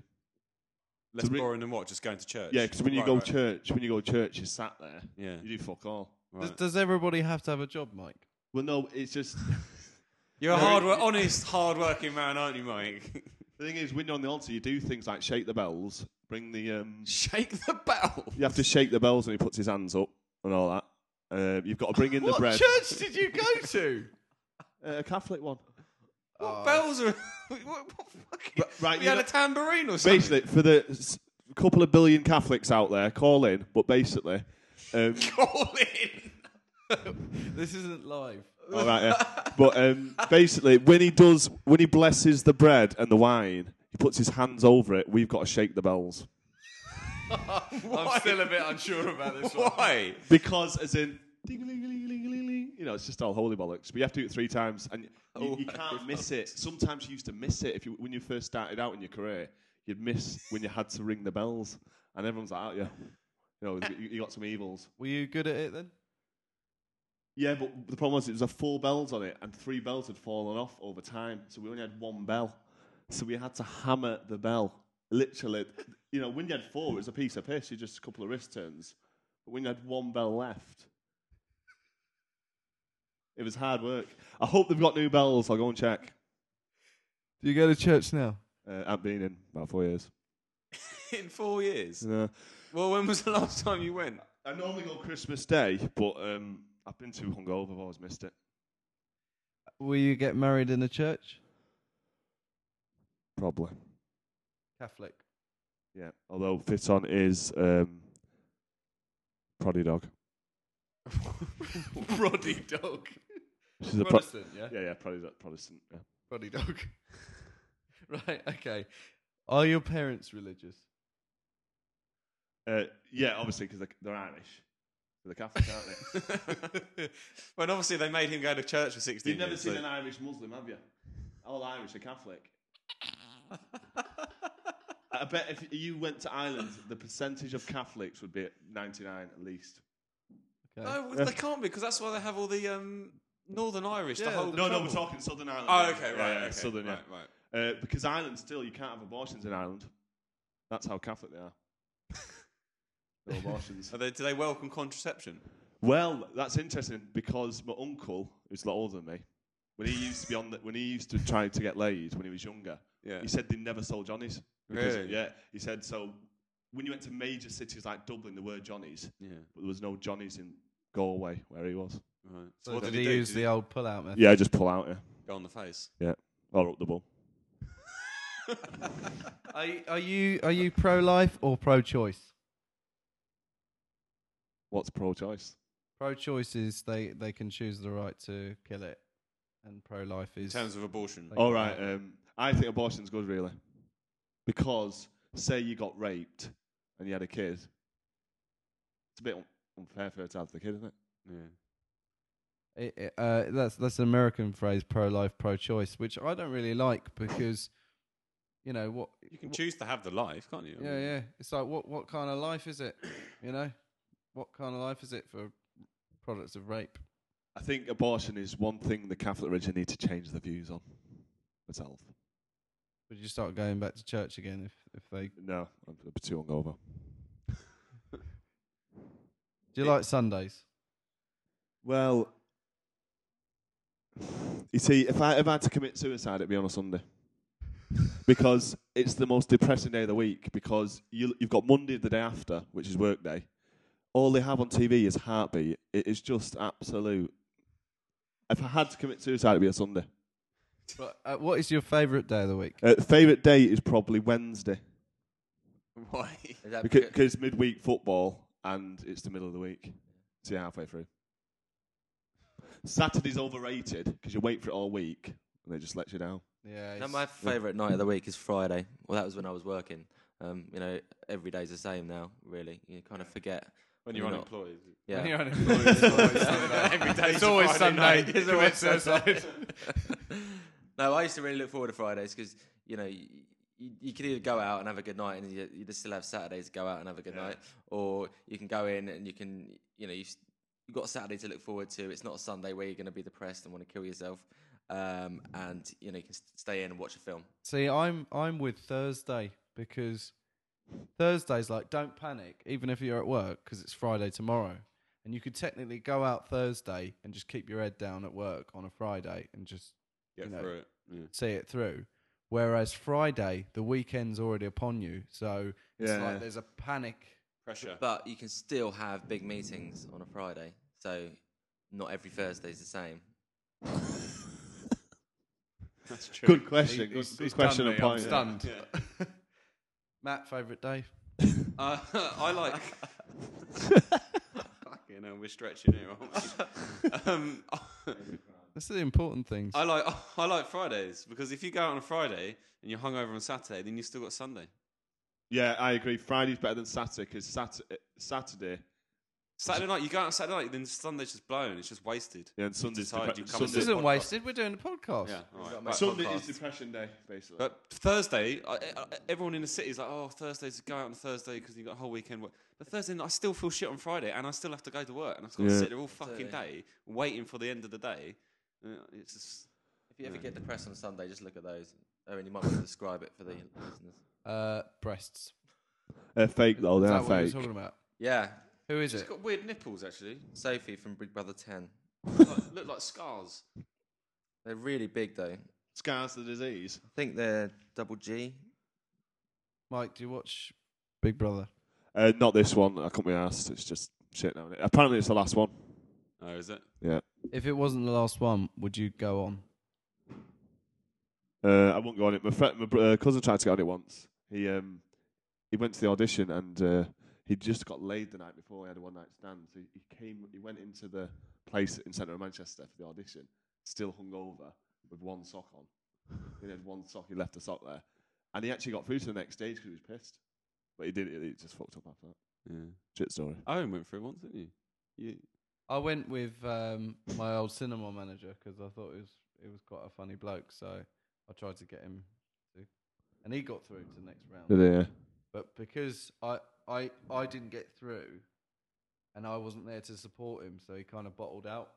Speaker 2: less
Speaker 3: to re-
Speaker 2: boring than what? Just going to church.
Speaker 3: Yeah, because when you
Speaker 2: Right,
Speaker 3: go
Speaker 2: right.
Speaker 3: church, when you go church, you sat there.
Speaker 2: Yeah.
Speaker 3: You do fuck all.
Speaker 1: Does,
Speaker 2: right.
Speaker 1: does everybody have to have a job, Mike?
Speaker 3: Well, no, it's just.
Speaker 2: You're a
Speaker 3: No,
Speaker 2: hard,
Speaker 3: it-
Speaker 2: wo- honest, hard-working man, aren't you, Mike?
Speaker 3: The thing is, when you're on the altar, you do things like shake the bells, bring the. Um,
Speaker 2: Shake the bell.
Speaker 3: you have to shake the bells when he puts his hands up and all that. Uh, you've got to bring in the
Speaker 1: what
Speaker 3: bread.
Speaker 1: church did you go to?
Speaker 3: Uh, a Catholic one.
Speaker 2: What bells are? what, what fucking,
Speaker 3: Uh, But- right,
Speaker 2: we
Speaker 3: you
Speaker 2: had
Speaker 3: know-
Speaker 2: a tambourine or something.
Speaker 3: Basically, for the s- couple of billion Catholics out there, call in. But basically, um,
Speaker 2: Call in.
Speaker 1: this isn't live.
Speaker 3: all right, yeah. But um, basically, when he does, when he blesses the bread and the wine, he puts his hands over it. We've got to shake the bells
Speaker 1: I'm still a bit unsure about this one.
Speaker 2: Why?
Speaker 3: because, as in. ding-a-ling-a-ling-a-ling-a-ling, You know, it's just all holy bollocks. But you have to do it three times, Oh, and you, you, you can't miss it. Sometimes you used to miss it if you, when you first started out in your career. You'd miss when you had to ring the bells, and everyone's like, "Out, yeah, you know, you, you got some evils."
Speaker 1: Were you good at it then?
Speaker 3: Yeah, but the problem was it was a four bells on it, and three bells had fallen off over time, so we only had one bell. So we had to hammer the bell, literally. You know, when you had four, it was a piece of piss. You just a couple of wrist turns, but when you had one bell left, it was hard work. I hope they've got new bells. I'll go and check.
Speaker 1: Do you go to church now?
Speaker 3: Uh, I've been in about four years.
Speaker 2: In four years.
Speaker 3: No.
Speaker 2: Well, when was the last time you went?
Speaker 3: I normally go Christmas Day, but um, I've been too hungover. I've always missed it.
Speaker 1: Will you get married in a church?
Speaker 3: Probably.
Speaker 1: Catholic.
Speaker 3: Yeah. Although Fiton is um, proddy dog.
Speaker 1: Roddy dog.
Speaker 3: She's a pro-
Speaker 1: Protestant, yeah?
Speaker 3: yeah, yeah, Protestant. Protestant yeah.
Speaker 1: Roddy dog. right, okay. Are your parents religious?
Speaker 3: Uh, yeah, obviously because they're, they're Irish. They're Catholic, aren't
Speaker 2: when obviously they made him go to church for 16
Speaker 3: they? You've never
Speaker 2: years,
Speaker 3: seen
Speaker 2: so-
Speaker 3: an Irish Muslim, have you? All Irish are Catholic. I bet if you went to Ireland, the percentage of Catholics would be at 99 at least.
Speaker 1: Okay.
Speaker 2: Oh, No, they can't be because that's why they have all the um, Northern Irish.
Speaker 1: Yeah,
Speaker 2: the whole.
Speaker 3: No, no, we're
Speaker 2: trouble.
Speaker 3: talking Southern Ireland.
Speaker 2: Oh,
Speaker 3: yeah.
Speaker 2: okay, right,
Speaker 3: Yeah, yeah,
Speaker 2: okay,
Speaker 3: Southern, yeah.
Speaker 2: right, right.
Speaker 3: Uh, because Ireland still, you can't have abortions in Ireland. That's how Catholic they are. no abortions.
Speaker 2: Are they, do they welcome contraception?
Speaker 3: well, that's interesting because my uncle, who's a lot older than me, when he used to be on, the, when he used to try to get laid when he was younger,
Speaker 2: Yeah.
Speaker 3: he said they never sold Johnnies. because-
Speaker 2: Really?
Speaker 3: Yeah. He said so. When you went to major cities like Dublin, there were Johnnies,
Speaker 2: Yeah.
Speaker 3: but there was no Johnnies in Galway where he was.
Speaker 2: Right.
Speaker 1: So did he use the old pull-out method?
Speaker 3: Yeah, just pull out, yeah,
Speaker 2: Go on the face.
Speaker 3: or up the bum.
Speaker 1: Are, you- are you are you pro-life or pro-choice?
Speaker 3: What's pro-choice?
Speaker 1: Pro-choice is they they can choose the right to kill it, and pro-life
Speaker 2: In
Speaker 1: is
Speaker 2: terms of abortion.
Speaker 1: Like-
Speaker 3: All right. Um, I think abortion's good, really, because say you got raped and you had a kid, it's a bit un- unfair for her to have the kid, isn't it?
Speaker 2: Yeah.
Speaker 1: It- it, uh, that's that's an American phrase, pro-life, pro-choice, which I don't really like because, you know what?
Speaker 2: You can choose to have the life, can't you? I
Speaker 1: Yeah,
Speaker 2: mean,
Speaker 1: yeah. It's like what what kind of life is it? You know, what kind of life is it for products of rape?
Speaker 3: I think abortion is one thing the Catholic religion need to change the views on. Myself,
Speaker 1: Would you start going back to church again if if they?
Speaker 3: no, I'm a bit too hungover.
Speaker 1: Do you like Sundays?
Speaker 3: Well, you see, if I if I had to commit suicide, it'd be on a Sunday. because it's the most depressing day of the week. Because you, you've got Monday the day after, which is work day. All they have on TV is heartbeat. It is just absolute. If I had to commit suicide, it'd be a Sunday.
Speaker 1: But uh, what is your favourite day of the week?
Speaker 3: Uh, favorite day is probably Wednesday
Speaker 2: Why?
Speaker 4: Is
Speaker 1: Uh,
Speaker 3: because,
Speaker 4: that because-
Speaker 3: because midweek football and it's the middle of the week, so you're halfway through. Saturday's overrated because you wait for it all week and they just let you down.
Speaker 1: Yeah,
Speaker 4: No,
Speaker 1: it's-
Speaker 4: my favourite night of the week is Friday. Well, that was when I was working. Um, you know, every day's the same now. Really, you kind of forget.
Speaker 2: When you're
Speaker 4: You're not.
Speaker 2: unemployed.
Speaker 1: when
Speaker 4: Yeah,
Speaker 1: you're unemployed, it's always Sunday.
Speaker 2: Every day.
Speaker 1: It's always Sunday.
Speaker 2: It's
Speaker 1: Commit
Speaker 2: always Sunday.
Speaker 1: suicide.
Speaker 4: no, I used to really look forward to Fridays because you know you, you, you could either go out and have a good night, and you, you just still have Saturdays to go out and have a good night, or you can go in and you can you know you s- you've got Saturday to look forward to. It's not a Sunday where you're going to be depressed and want to kill yourself, um, and you know you can s- stay in and watch a film.
Speaker 1: See, I'm I'm with Thursday because Thursday's like don't panic, even if you're at work, because it's Friday tomorrow, and you could technically go out Thursday and just keep your head down at work on a Friday and just
Speaker 2: Get
Speaker 1: You know.
Speaker 2: through it. Yeah.
Speaker 1: see it through. Whereas Friday, the weekend's already upon you, so it's
Speaker 3: Yeah.
Speaker 1: like there's a panic.
Speaker 2: Pressure.
Speaker 4: But you can still have big meetings on a Friday, so not every Thursday's the same.
Speaker 2: That's true.
Speaker 3: Good question. Good,
Speaker 1: He's-
Speaker 3: good
Speaker 1: he's
Speaker 3: question.
Speaker 1: done
Speaker 3: and
Speaker 1: me, I'm
Speaker 3: point, yeah.
Speaker 1: stunned. Matt, favorite day?
Speaker 2: Uh, I like. Fucking hell, we're stretching here, aren't we? um,
Speaker 1: That's the important things.
Speaker 2: I like I like Fridays because if you go out on a Friday and you're hungover on Saturday, then you've still got Sunday.
Speaker 3: Yeah, I agree. Friday's better than Saturday because Saturday, Saturday
Speaker 2: Saturday night, you go out on Saturday night, then Sunday's just blown. It's just wasted.
Speaker 3: yeah, and Sunday's
Speaker 2: tired,
Speaker 3: depre-
Speaker 2: you come
Speaker 1: this
Speaker 2: to-
Speaker 3: Sunday,
Speaker 1: isn't wasted. We're doing a podcast.
Speaker 2: Yeah, all right.
Speaker 4: We've got
Speaker 2: Right,
Speaker 3: Sunday
Speaker 2: podcast.
Speaker 3: is depression day, basically.
Speaker 2: But Thursday, I, I, everyone in the city is like, "Oh, Thursday's go out on Thursday because you got a whole weekend." work." But Thursday, night, I still feel shit on Friday, and I still have to go to work, and I've got to
Speaker 3: Yeah.
Speaker 2: sit there all fucking day waiting for the end of the day. Uh, It's just
Speaker 4: If you ever
Speaker 2: Yeah.
Speaker 4: get depressed on Sunday, just look at those. I mean, you might want to describe it for the listeners.
Speaker 1: Uh, breasts.
Speaker 3: they're fake though.
Speaker 1: Is
Speaker 3: They
Speaker 1: that
Speaker 3: are
Speaker 1: what you're
Speaker 3: fake.
Speaker 1: talking about?
Speaker 4: Yeah,
Speaker 1: Who is
Speaker 2: she's
Speaker 1: it?
Speaker 2: got weird nipples actually,
Speaker 4: Sophie from Big Brother 10.
Speaker 2: like, look like scars.
Speaker 4: They're really big, though. I
Speaker 3: Scars the disease.
Speaker 4: think they're double G.
Speaker 1: Mike, do you watch Big Brother?
Speaker 3: Uh, not this one. I couldn't be asked. It's just shit now. innit? Apparently, it's the last one.
Speaker 2: Oh, is it?
Speaker 3: Yeah.
Speaker 1: If it wasn't the last one, would you go on?
Speaker 3: Uh, I won't go on it. My friend, my br- uh, cousin tried to get on it once. He um, he went to the audition and uh, he just got laid the night before. He had a one night stand. So he, he came. He went into the place in centre of Manchester for the audition, still hungover with one sock on. he had one sock. He left a sock there, and he actually got through to the next stage because he was pissed. But he did. It, it just fucked up after that.
Speaker 2: Yeah.
Speaker 3: Shit story.
Speaker 2: Owen went through once, didn't you? you
Speaker 1: I went with um, my old cinema manager because I thought it was it was quite a funny bloke, so I tried to get him to, and he got through to the next round.
Speaker 3: Yeah.
Speaker 1: But because I I I didn't get through, and I wasn't there to support him, so he kind of bottled out.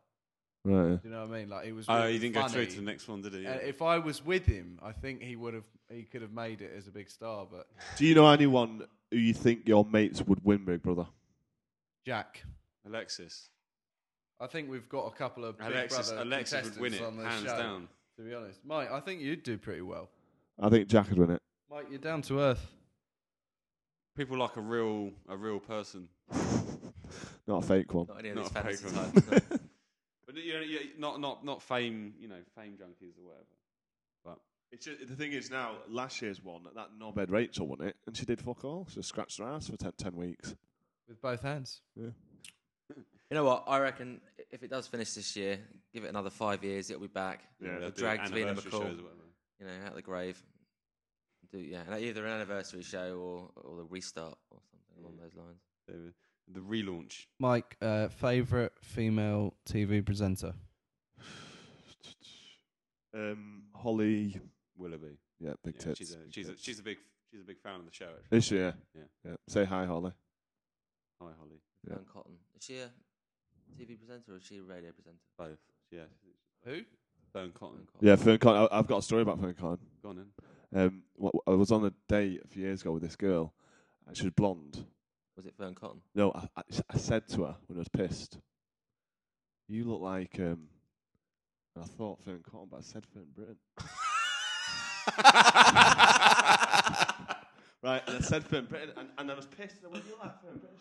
Speaker 3: Right.
Speaker 1: Do you know what I mean? Like it was.
Speaker 2: Oh,
Speaker 1: really
Speaker 2: he didn't go through
Speaker 1: funny. Uh,
Speaker 2: to the next one, did he?
Speaker 1: And if I was with him, I think he would have. He could have made it as a big star. But
Speaker 3: Do you know anyone who you think your mates would win Big Brother?
Speaker 1: Jack,
Speaker 2: Alexis.
Speaker 1: I think we've got a couple of big
Speaker 2: Alexis,
Speaker 1: brother
Speaker 2: Alexis would win
Speaker 1: contestants
Speaker 2: it,
Speaker 1: on the
Speaker 2: hands
Speaker 1: show,
Speaker 2: down.
Speaker 1: To be honest, Mike, I think you'd do pretty well.
Speaker 3: I think Jack would win it.
Speaker 1: Mike, you're down to earth.
Speaker 2: People like a real, a real person.
Speaker 3: Not a fake one.
Speaker 4: Not any of
Speaker 2: Not
Speaker 4: these
Speaker 2: a
Speaker 4: fantasy
Speaker 2: fake one.
Speaker 4: types. no.
Speaker 2: But you know, you- not, not, not fame, you know, fame junkies or whatever. But
Speaker 3: It's just, the thing is now, last year's one, that knobhead Rachel won it, and she did fuck all. She just scratched her ass for ten, 10 weeks.
Speaker 1: With both hands.
Speaker 3: Yeah.
Speaker 4: You know what? I reckon if it does finish this year, give it another five years, it'll be back.
Speaker 3: Yeah,
Speaker 2: they'll
Speaker 4: It'll
Speaker 2: do
Speaker 4: drag Davina
Speaker 2: anniversary
Speaker 4: McCall,
Speaker 2: shows or whatever.
Speaker 4: you know, out of the grave. Do yeah, and either an anniversary show or or the restart or something along those lines.
Speaker 2: David. The relaunch.
Speaker 1: Mike, uh, favorite female TV presenter.
Speaker 3: Um, Holly.
Speaker 2: Willoughby.
Speaker 3: Yeah, big
Speaker 2: Yeah,
Speaker 3: tits.
Speaker 2: she's a she's a she's a big she's a big fan of the show. Actually.
Speaker 3: This year.
Speaker 2: Yeah.
Speaker 3: yeah. Say hi, Holly.
Speaker 2: Hi Holly.
Speaker 3: Yeah.
Speaker 4: Fern Cotton. Is she a TV presenter or is she a radio presenter?
Speaker 2: Both. Yeah.
Speaker 1: Who?
Speaker 2: Stone Cotton.
Speaker 4: Fern Cotton.
Speaker 3: Yeah, Fern Con. I, I've got a story about Fern Con.
Speaker 2: Go on then.
Speaker 3: Um, wh- I was on a date a few years ago with this girl, and she was blonde.
Speaker 4: Was it Fern Cotton?
Speaker 3: No, I, I, I said to her when I was pissed, "You look like." Um, and I thought Fern Cotton, but I said Fern Britain. right, and I said Fern Britain, and, and I was pissed. And I went, "You look like Fern Britain."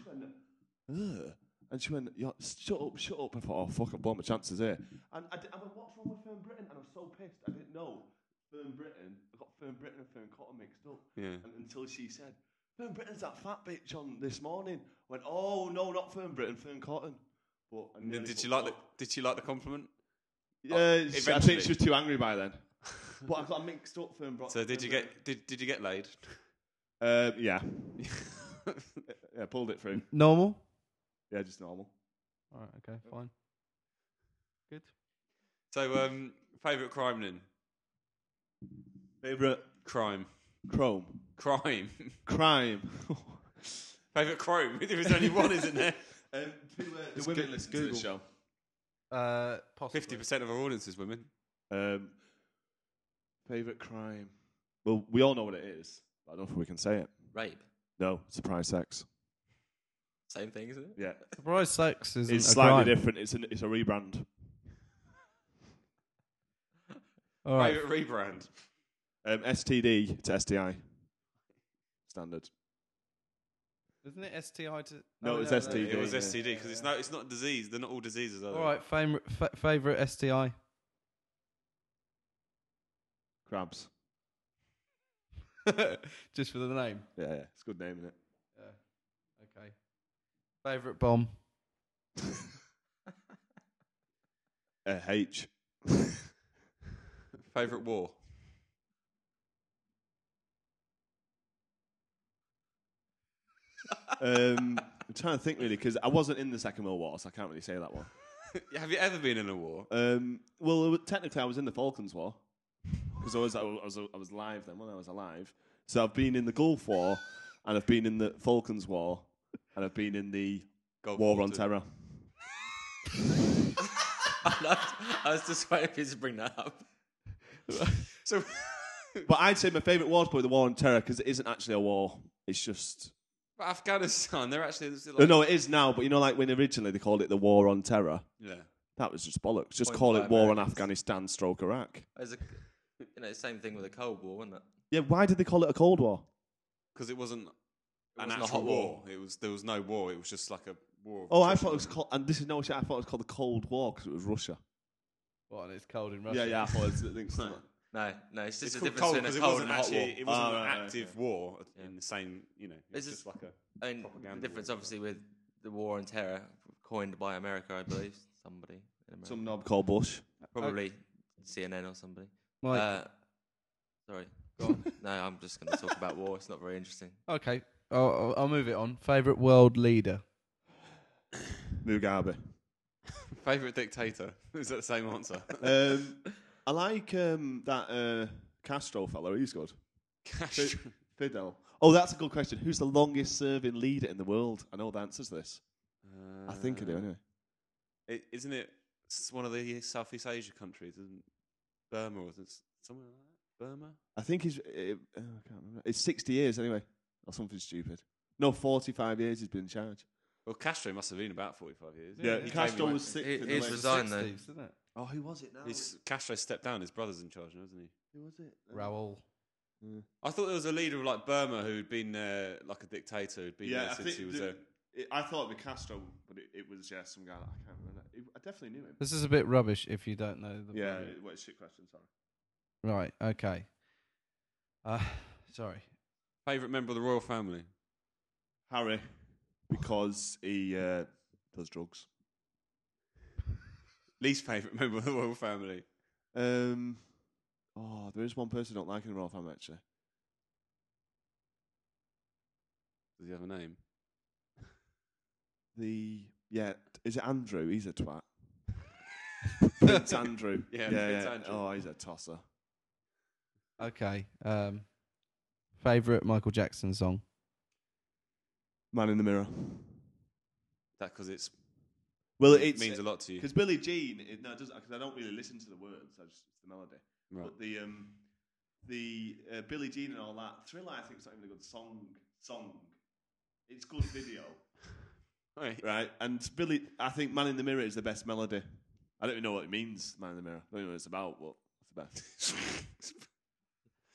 Speaker 3: She went, "Ugh." And she went, "Yeah, shut up, shut up. I thought, oh, fuck, I've blown my chances here. And I, did, I went, what's wrong with Fern Britain? And I was so pissed. I didn't know Fern Britain. I got Fern Britain and Fern Cotton mixed up.
Speaker 2: Yeah.
Speaker 3: And until she said, Fern Britain's that fat bitch on this morning. I went, oh, no, not Fern Britain, Fern Cotton. But I nearly
Speaker 2: did
Speaker 3: fucked
Speaker 2: you like the
Speaker 3: up.
Speaker 2: did she like the compliment?
Speaker 3: Yeah, she- I
Speaker 2: eventually.
Speaker 3: think she was too angry by then. but I got mixed up Fern Britain.
Speaker 2: So did you get did did you get laid?
Speaker 3: Uh, yeah. yeah, pulled it through.
Speaker 1: Normal.
Speaker 3: Yeah, just normal.
Speaker 1: All right. Okay. Fine. Good.
Speaker 2: so um favourite crime then?
Speaker 3: Favourite
Speaker 2: Crime.
Speaker 3: Chrome.
Speaker 2: Crime.
Speaker 3: Crime.
Speaker 2: favourite crime. there is only one, isn't there?
Speaker 3: um, do, uh, do
Speaker 2: Let's
Speaker 3: women
Speaker 2: go-
Speaker 3: listen to
Speaker 2: Google.
Speaker 3: this show?
Speaker 1: Uh, possibly.
Speaker 2: Fifty percent of our audience is women.
Speaker 3: Um, favorite crime. Well, we all know what it is. but I don't know if we can say it.
Speaker 4: Rape.
Speaker 3: No, surprise sex.
Speaker 4: Same thing, isn't it?
Speaker 3: Yeah,
Speaker 1: Surprise sex is
Speaker 3: it's slightly different. It's an, it's a rebrand.
Speaker 1: All right.
Speaker 2: Favourite rebrand.
Speaker 3: Um, STD to STI. Standard.
Speaker 1: Isn't it STI to? Oh,
Speaker 3: No, it's STD.
Speaker 2: It was
Speaker 3: Yeah.
Speaker 2: STD because it's not it's not a disease. They're not all diseases. Are they?
Speaker 1: All right. Favorite fa- favorite STI.
Speaker 3: Crabs.
Speaker 1: Just for the name.
Speaker 3: Yeah, yeah. It's a good name, isn't it?
Speaker 1: Okay. Favorite bomb.
Speaker 3: Uh, H.
Speaker 2: Favorite war.
Speaker 3: Um, I'm trying to think really because I wasn't in the Second World War, so I can't really say that one.
Speaker 2: Have you ever been in a war?
Speaker 3: Um, well, technically, I was in the Falklands War because I was, I was I was alive then when I was alive. So I've been in the Gulf War, and I've been in the Falklands War, and I've been in the
Speaker 2: Gulf
Speaker 3: War
Speaker 2: War
Speaker 3: on
Speaker 2: too.
Speaker 3: Terror.
Speaker 4: I was just waiting for you to bring that up.
Speaker 2: So
Speaker 3: But I'd say my favourite war is probably the War on Terror because it isn't actually a war. It's just oh,
Speaker 2: Afghanistan, they're actually it's like,
Speaker 3: no, no, it is now. But you know, like when originally they called it the War on Terror,
Speaker 2: Yeah.
Speaker 3: that was just bollocks. Just
Speaker 4: Point
Speaker 3: call
Speaker 4: by
Speaker 3: it War on
Speaker 4: Americans.
Speaker 3: Afghanistan, stroke Iraq.
Speaker 4: As a, you know, same thing with the Cold War, wasn't it?
Speaker 3: Yeah, why did they call it a Cold War?
Speaker 2: because it wasn't an
Speaker 4: wasn't a
Speaker 2: actual
Speaker 4: hot
Speaker 2: war.
Speaker 4: war.
Speaker 2: It was there was no war. It was just like a war. Of
Speaker 3: Oh, I
Speaker 2: attrition.
Speaker 3: thought it was called, and this is no shit. I thought it was called the Cold War because it was Russia.
Speaker 1: What? And it's cold in Russia.
Speaker 3: Yeah, yeah, I thought it was, I think so.
Speaker 4: No, no, it's just
Speaker 2: It's
Speaker 4: the
Speaker 2: called
Speaker 4: difference
Speaker 2: cold
Speaker 4: between
Speaker 2: because
Speaker 4: a
Speaker 2: it
Speaker 4: cold
Speaker 2: wasn't actually it
Speaker 4: and a hot war.
Speaker 2: wasn't
Speaker 3: Ah,
Speaker 2: an
Speaker 3: right, right,
Speaker 2: active
Speaker 3: yeah.
Speaker 2: war in
Speaker 4: Yeah.
Speaker 2: the same. You know,
Speaker 4: This
Speaker 2: it's
Speaker 4: is-
Speaker 2: just like a
Speaker 4: I mean,
Speaker 2: propaganda
Speaker 4: the
Speaker 2: war.
Speaker 4: difference obviously with the war on terror, coined by America, I believe, somebody in America,
Speaker 3: Some knob called Bush.
Speaker 2: uh,
Speaker 4: probably CNN or somebody.
Speaker 2: Oh,
Speaker 1: Mike.
Speaker 4: Uh, sorry, go on. no, I'm just going to talk about war. It's not very interesting.
Speaker 1: okay. I'll, I'll- I'll move it on. Favorite world leader.
Speaker 3: Mugabe.
Speaker 2: favorite dictator. Is that the same answer?
Speaker 3: Um, I like um, that uh, Castro fellow. He's good.
Speaker 2: Castro.
Speaker 3: Fidel. Oh, that's a good question. Who's the longest serving Uh, leader in the world? I know the answer to this. I think I do, anyway.
Speaker 2: It, isn't it It's one of the Southeast Asia countries, isn't it? Burma or is somewhere like that? Burma?
Speaker 3: I think he's. It, oh, I can't remember. It's 60 years anyway, or something stupid. No, 45 years he's been in charge.
Speaker 2: Well, Castro must have been about 45 years.
Speaker 3: Yeah,
Speaker 2: He
Speaker 3: Castro
Speaker 2: came
Speaker 3: was
Speaker 2: back-
Speaker 3: sick.
Speaker 4: He-
Speaker 3: in
Speaker 4: he's
Speaker 3: the late-
Speaker 4: resi- Design, though.
Speaker 1: 60s, isn't it?
Speaker 3: oh, who was it now?
Speaker 2: He's, Castro stepped down. His brother's in charge now, isn't he?
Speaker 3: who was it?
Speaker 1: Raoul.
Speaker 2: I thought there was a leader of like Burma who'd been there, like a dictator who'd been
Speaker 3: Yeah,
Speaker 2: there
Speaker 3: I
Speaker 2: since
Speaker 3: think
Speaker 2: he was
Speaker 3: the-
Speaker 2: there.
Speaker 3: it- I thought it'd be Castro, but it, it was yeah, some guy. That I can't remember. It, I definitely knew him.
Speaker 1: This is a bit rubbish if you don't know. The
Speaker 3: Yeah,
Speaker 1: word.
Speaker 3: it- what a shit question. Sorry.
Speaker 1: Right. Okay. Uh, sorry.
Speaker 2: Favorite member of the royal family?
Speaker 3: Harry, because he uh, does drugs.
Speaker 2: Least favorite member of the royal family?
Speaker 3: Um, oh, there is one person I don't like in the royal family actually.
Speaker 2: Does he have a name?
Speaker 3: The yeah, is it Andrew? He's a twat. Prince Andrew.
Speaker 2: Yeah,
Speaker 3: yeah,
Speaker 2: Prince
Speaker 3: yeah.
Speaker 2: Andrew.
Speaker 3: Oh, he's a tosser.
Speaker 1: Okay. Um, favorite Michael Jackson song.
Speaker 3: Man in the mirror.
Speaker 2: That because it's
Speaker 3: Well,
Speaker 2: it
Speaker 3: it's
Speaker 2: means a lot to you.
Speaker 3: because Billie Jean. It, no, it doesn't because I don't really listen to the words. I just it's the melody.
Speaker 2: Right.
Speaker 3: But the um, the uh, Billie Jean and all that Thriller. I think it's not even a good song. Song. It's good video,
Speaker 2: Right.
Speaker 3: right? And Billy, I think Man in the Mirror is the best melody. I don't even know what it means. Man in the Mirror. I don't even know what it's about. But it's the best.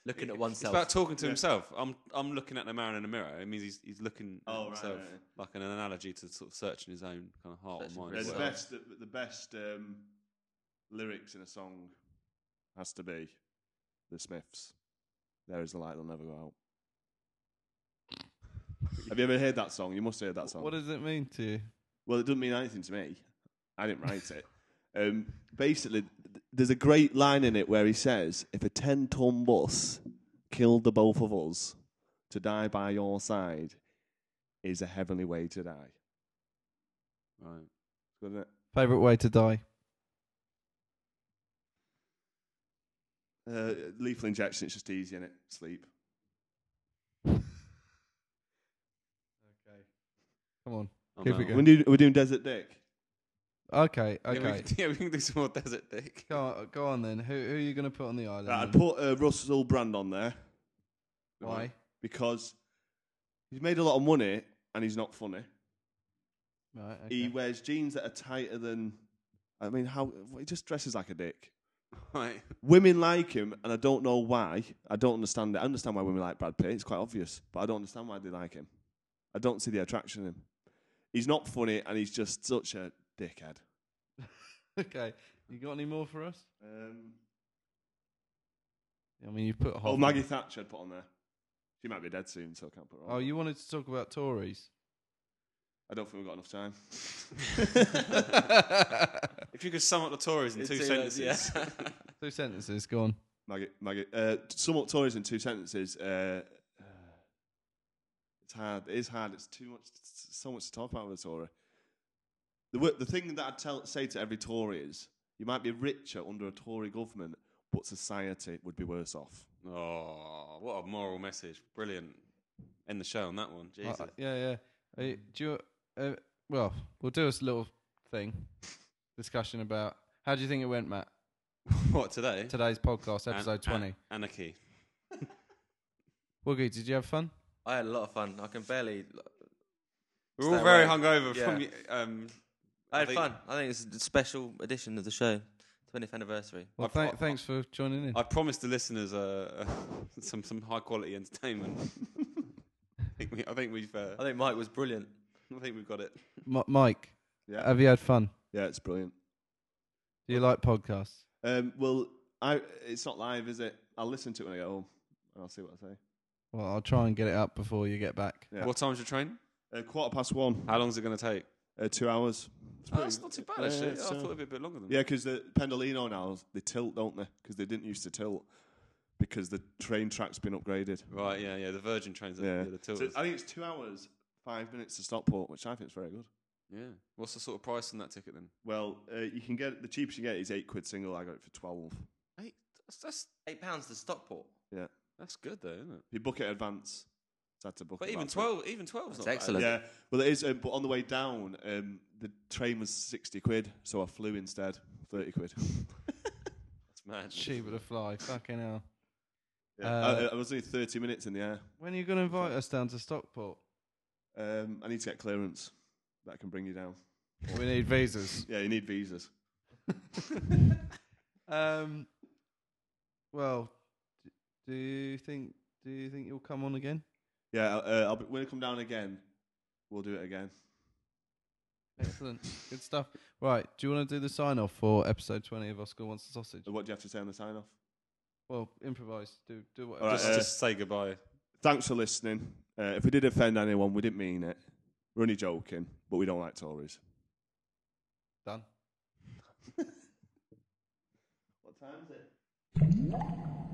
Speaker 4: Looking at
Speaker 2: It's
Speaker 4: oneself.
Speaker 2: about talking to himself. I'm I'm looking at the man in the mirror. It means he's he's looking
Speaker 3: Oh,
Speaker 2: at
Speaker 3: right,
Speaker 2: himself
Speaker 3: right, right.
Speaker 2: like an analogy to sort of searching his own kind of heart
Speaker 4: Searching
Speaker 2: or
Speaker 4: for
Speaker 2: mind.
Speaker 3: Yeah,
Speaker 2: as
Speaker 3: the
Speaker 4: himself.
Speaker 2: well.
Speaker 3: best, the, the best um, lyrics in a song has to be the Smiths. There is a light that'll never go out. Have you ever heard that song? You must have heard that song.
Speaker 1: What does it mean to you?
Speaker 3: well, it doesn't mean anything to me. I didn't write it. Um, basically, th- there's a great line in it where he says, "If a ten-ton bus killed the both of us, to die by your side is a heavenly way to die."
Speaker 2: Right.
Speaker 3: Good, isn't it?
Speaker 1: Favorite way to die.
Speaker 3: Uh, lethal injection, it's just easy, and it? Sleep.
Speaker 1: Come on.
Speaker 2: I'm
Speaker 1: Keep it
Speaker 2: out.
Speaker 1: going.
Speaker 3: We're, do, we're doing Desert Dick.
Speaker 1: Okay.
Speaker 2: Yeah, we
Speaker 1: Okay.
Speaker 2: can- Yeah, we can do some more desert dick.
Speaker 1: Go on, go on then. Who, who are you going to put on the island?
Speaker 3: Right, I'd
Speaker 1: then?
Speaker 3: put uh, Russell Brand on there.
Speaker 1: Why?
Speaker 3: Because he's made a lot of money and he's not funny.
Speaker 1: Right.
Speaker 3: He
Speaker 1: okay.
Speaker 3: wears jeans that are tighter than. I mean, how he just dresses like a dick.
Speaker 2: Right.
Speaker 3: Women like him, and I don't know why. I don't understand it. I understand why women like Brad Pitt. It's quite obvious, but I don't understand why they like him. I don't see the attraction in him. He's not funny, and he's just such a dickhead.
Speaker 1: Okay. You got any more for us?
Speaker 3: Um,
Speaker 1: I mean, you put.
Speaker 3: Oh,
Speaker 1: Hoffman.
Speaker 3: Maggie Thatcher I'd put on there. She might be dead soon, so I can't put her on.
Speaker 1: Oh, you wanted to talk about Tories.
Speaker 3: I don't think we've got enough time.
Speaker 2: If you could sum up the Tories in
Speaker 4: It's
Speaker 2: two
Speaker 4: two words,
Speaker 2: sentences,
Speaker 4: yeah.
Speaker 1: Two sentences. Go on.
Speaker 3: Maggie, Maggie, uh, to sum up Tories in two sentences. Uh, uh, it's hard. It is hard. It's too much. So much to talk about with a Tory. The wo- the thing that I tell say to every Tory is, you might be richer under a Tory government, but society would be worse off.
Speaker 2: oh, what a moral message! Brilliant. End the show on that one. Jesus.
Speaker 1: Uh, yeah, yeah. Are you- do you? Uh, well, we'll do a little thing discussion about how do you think it went, Matt?
Speaker 2: what today?
Speaker 1: Today's podcast,
Speaker 2: An-
Speaker 1: episode
Speaker 2: an-
Speaker 1: twenty.
Speaker 2: anarchy.
Speaker 1: Woogie, did you have fun?
Speaker 4: I had a lot of fun. I can barely.
Speaker 2: We're
Speaker 4: Stay
Speaker 2: all very
Speaker 4: away.
Speaker 2: hungover
Speaker 4: Yeah.
Speaker 2: from. y- Um,
Speaker 4: I had
Speaker 2: think-
Speaker 4: fun. I think it's a special edition of the show, 20th anniversary.
Speaker 1: Well,
Speaker 2: I've-
Speaker 1: thank- thanks for joining in.
Speaker 2: I promised the listeners uh, some some high quality entertainment. I think we, I think we've, uh,
Speaker 4: I think Mike was brilliant.
Speaker 2: I think we've got it.
Speaker 1: M- Mike,
Speaker 3: Yeah.
Speaker 1: have you had fun?
Speaker 3: yeah, it's brilliant.
Speaker 1: Do you like podcasts?
Speaker 3: Um, well, I it's not live, is it? I'll listen to it when I get home, and I'll see what I say.
Speaker 1: Well, I'll try and get it up before you get back.
Speaker 3: Yeah.
Speaker 2: What time's your train?
Speaker 3: Uh, quarter past one.
Speaker 2: How long's it going to take?
Speaker 3: Uh, two hours. It's
Speaker 2: Oh,
Speaker 3: pretty-
Speaker 2: that's not too bad
Speaker 3: Yeah,
Speaker 2: actually.
Speaker 3: it's,
Speaker 2: I thought
Speaker 3: uh,
Speaker 2: it'd be a bit longer than
Speaker 3: Yeah, because the Pendolino now they tilt, don't they? Because they didn't used to tilt because the train track's been upgraded.
Speaker 2: that. Right. Yeah. Yeah. The Virgin trains. Are, yeah.
Speaker 3: Yeah,
Speaker 2: The
Speaker 3: So
Speaker 2: tilters.
Speaker 3: I think it's two hours five minutes to Stockport, which I think is very good.
Speaker 2: yeah. What's the sort of price on that ticket then?
Speaker 3: Well, uh, you can get the cheapest you get is eight quid single. I got it for twelve.
Speaker 2: Eight. That's that's,
Speaker 4: Eight pounds to Stockport.
Speaker 3: Yeah,
Speaker 2: that's good though, isn't it?
Speaker 3: you book it in advance. So I had to book
Speaker 2: But
Speaker 3: it
Speaker 2: even
Speaker 3: back.
Speaker 2: twelve, even twelve's
Speaker 4: That's
Speaker 2: not bad.
Speaker 4: excellent.
Speaker 3: Yeah, well, it is. Um, but on the way down, um, the train was 60 quid, so I flew instead. 30 quid.
Speaker 2: That's mad.
Speaker 1: Cheaper to fly. Fucking hell.
Speaker 3: Yeah.
Speaker 1: Uh,
Speaker 3: I, I was only 30 minutes in the air.
Speaker 1: When are you going to invite us down to Stockport?
Speaker 3: Um, I need to get clearance. That can bring you down.
Speaker 1: We need visas.
Speaker 3: Yeah, you need visas.
Speaker 1: Um, well, d- do you think do you think you'll come on again
Speaker 3: Yeah, uh, I'll be, when I come down again, we'll do it again.
Speaker 1: Excellent. Good stuff. Right. Do you want to do the sign off for episode 20 of Oscar Wants a Sausage?
Speaker 3: So what do you have to say on the sign off?
Speaker 1: Well, improvise. Do do whatever.
Speaker 3: All right,
Speaker 2: Just,
Speaker 3: uh,
Speaker 2: just say goodbye.
Speaker 3: Thanks for listening. Uh, if we did offend anyone, we didn't mean it. We're only joking, but we don't like Tories. uh,
Speaker 1: Done.
Speaker 3: What time is it?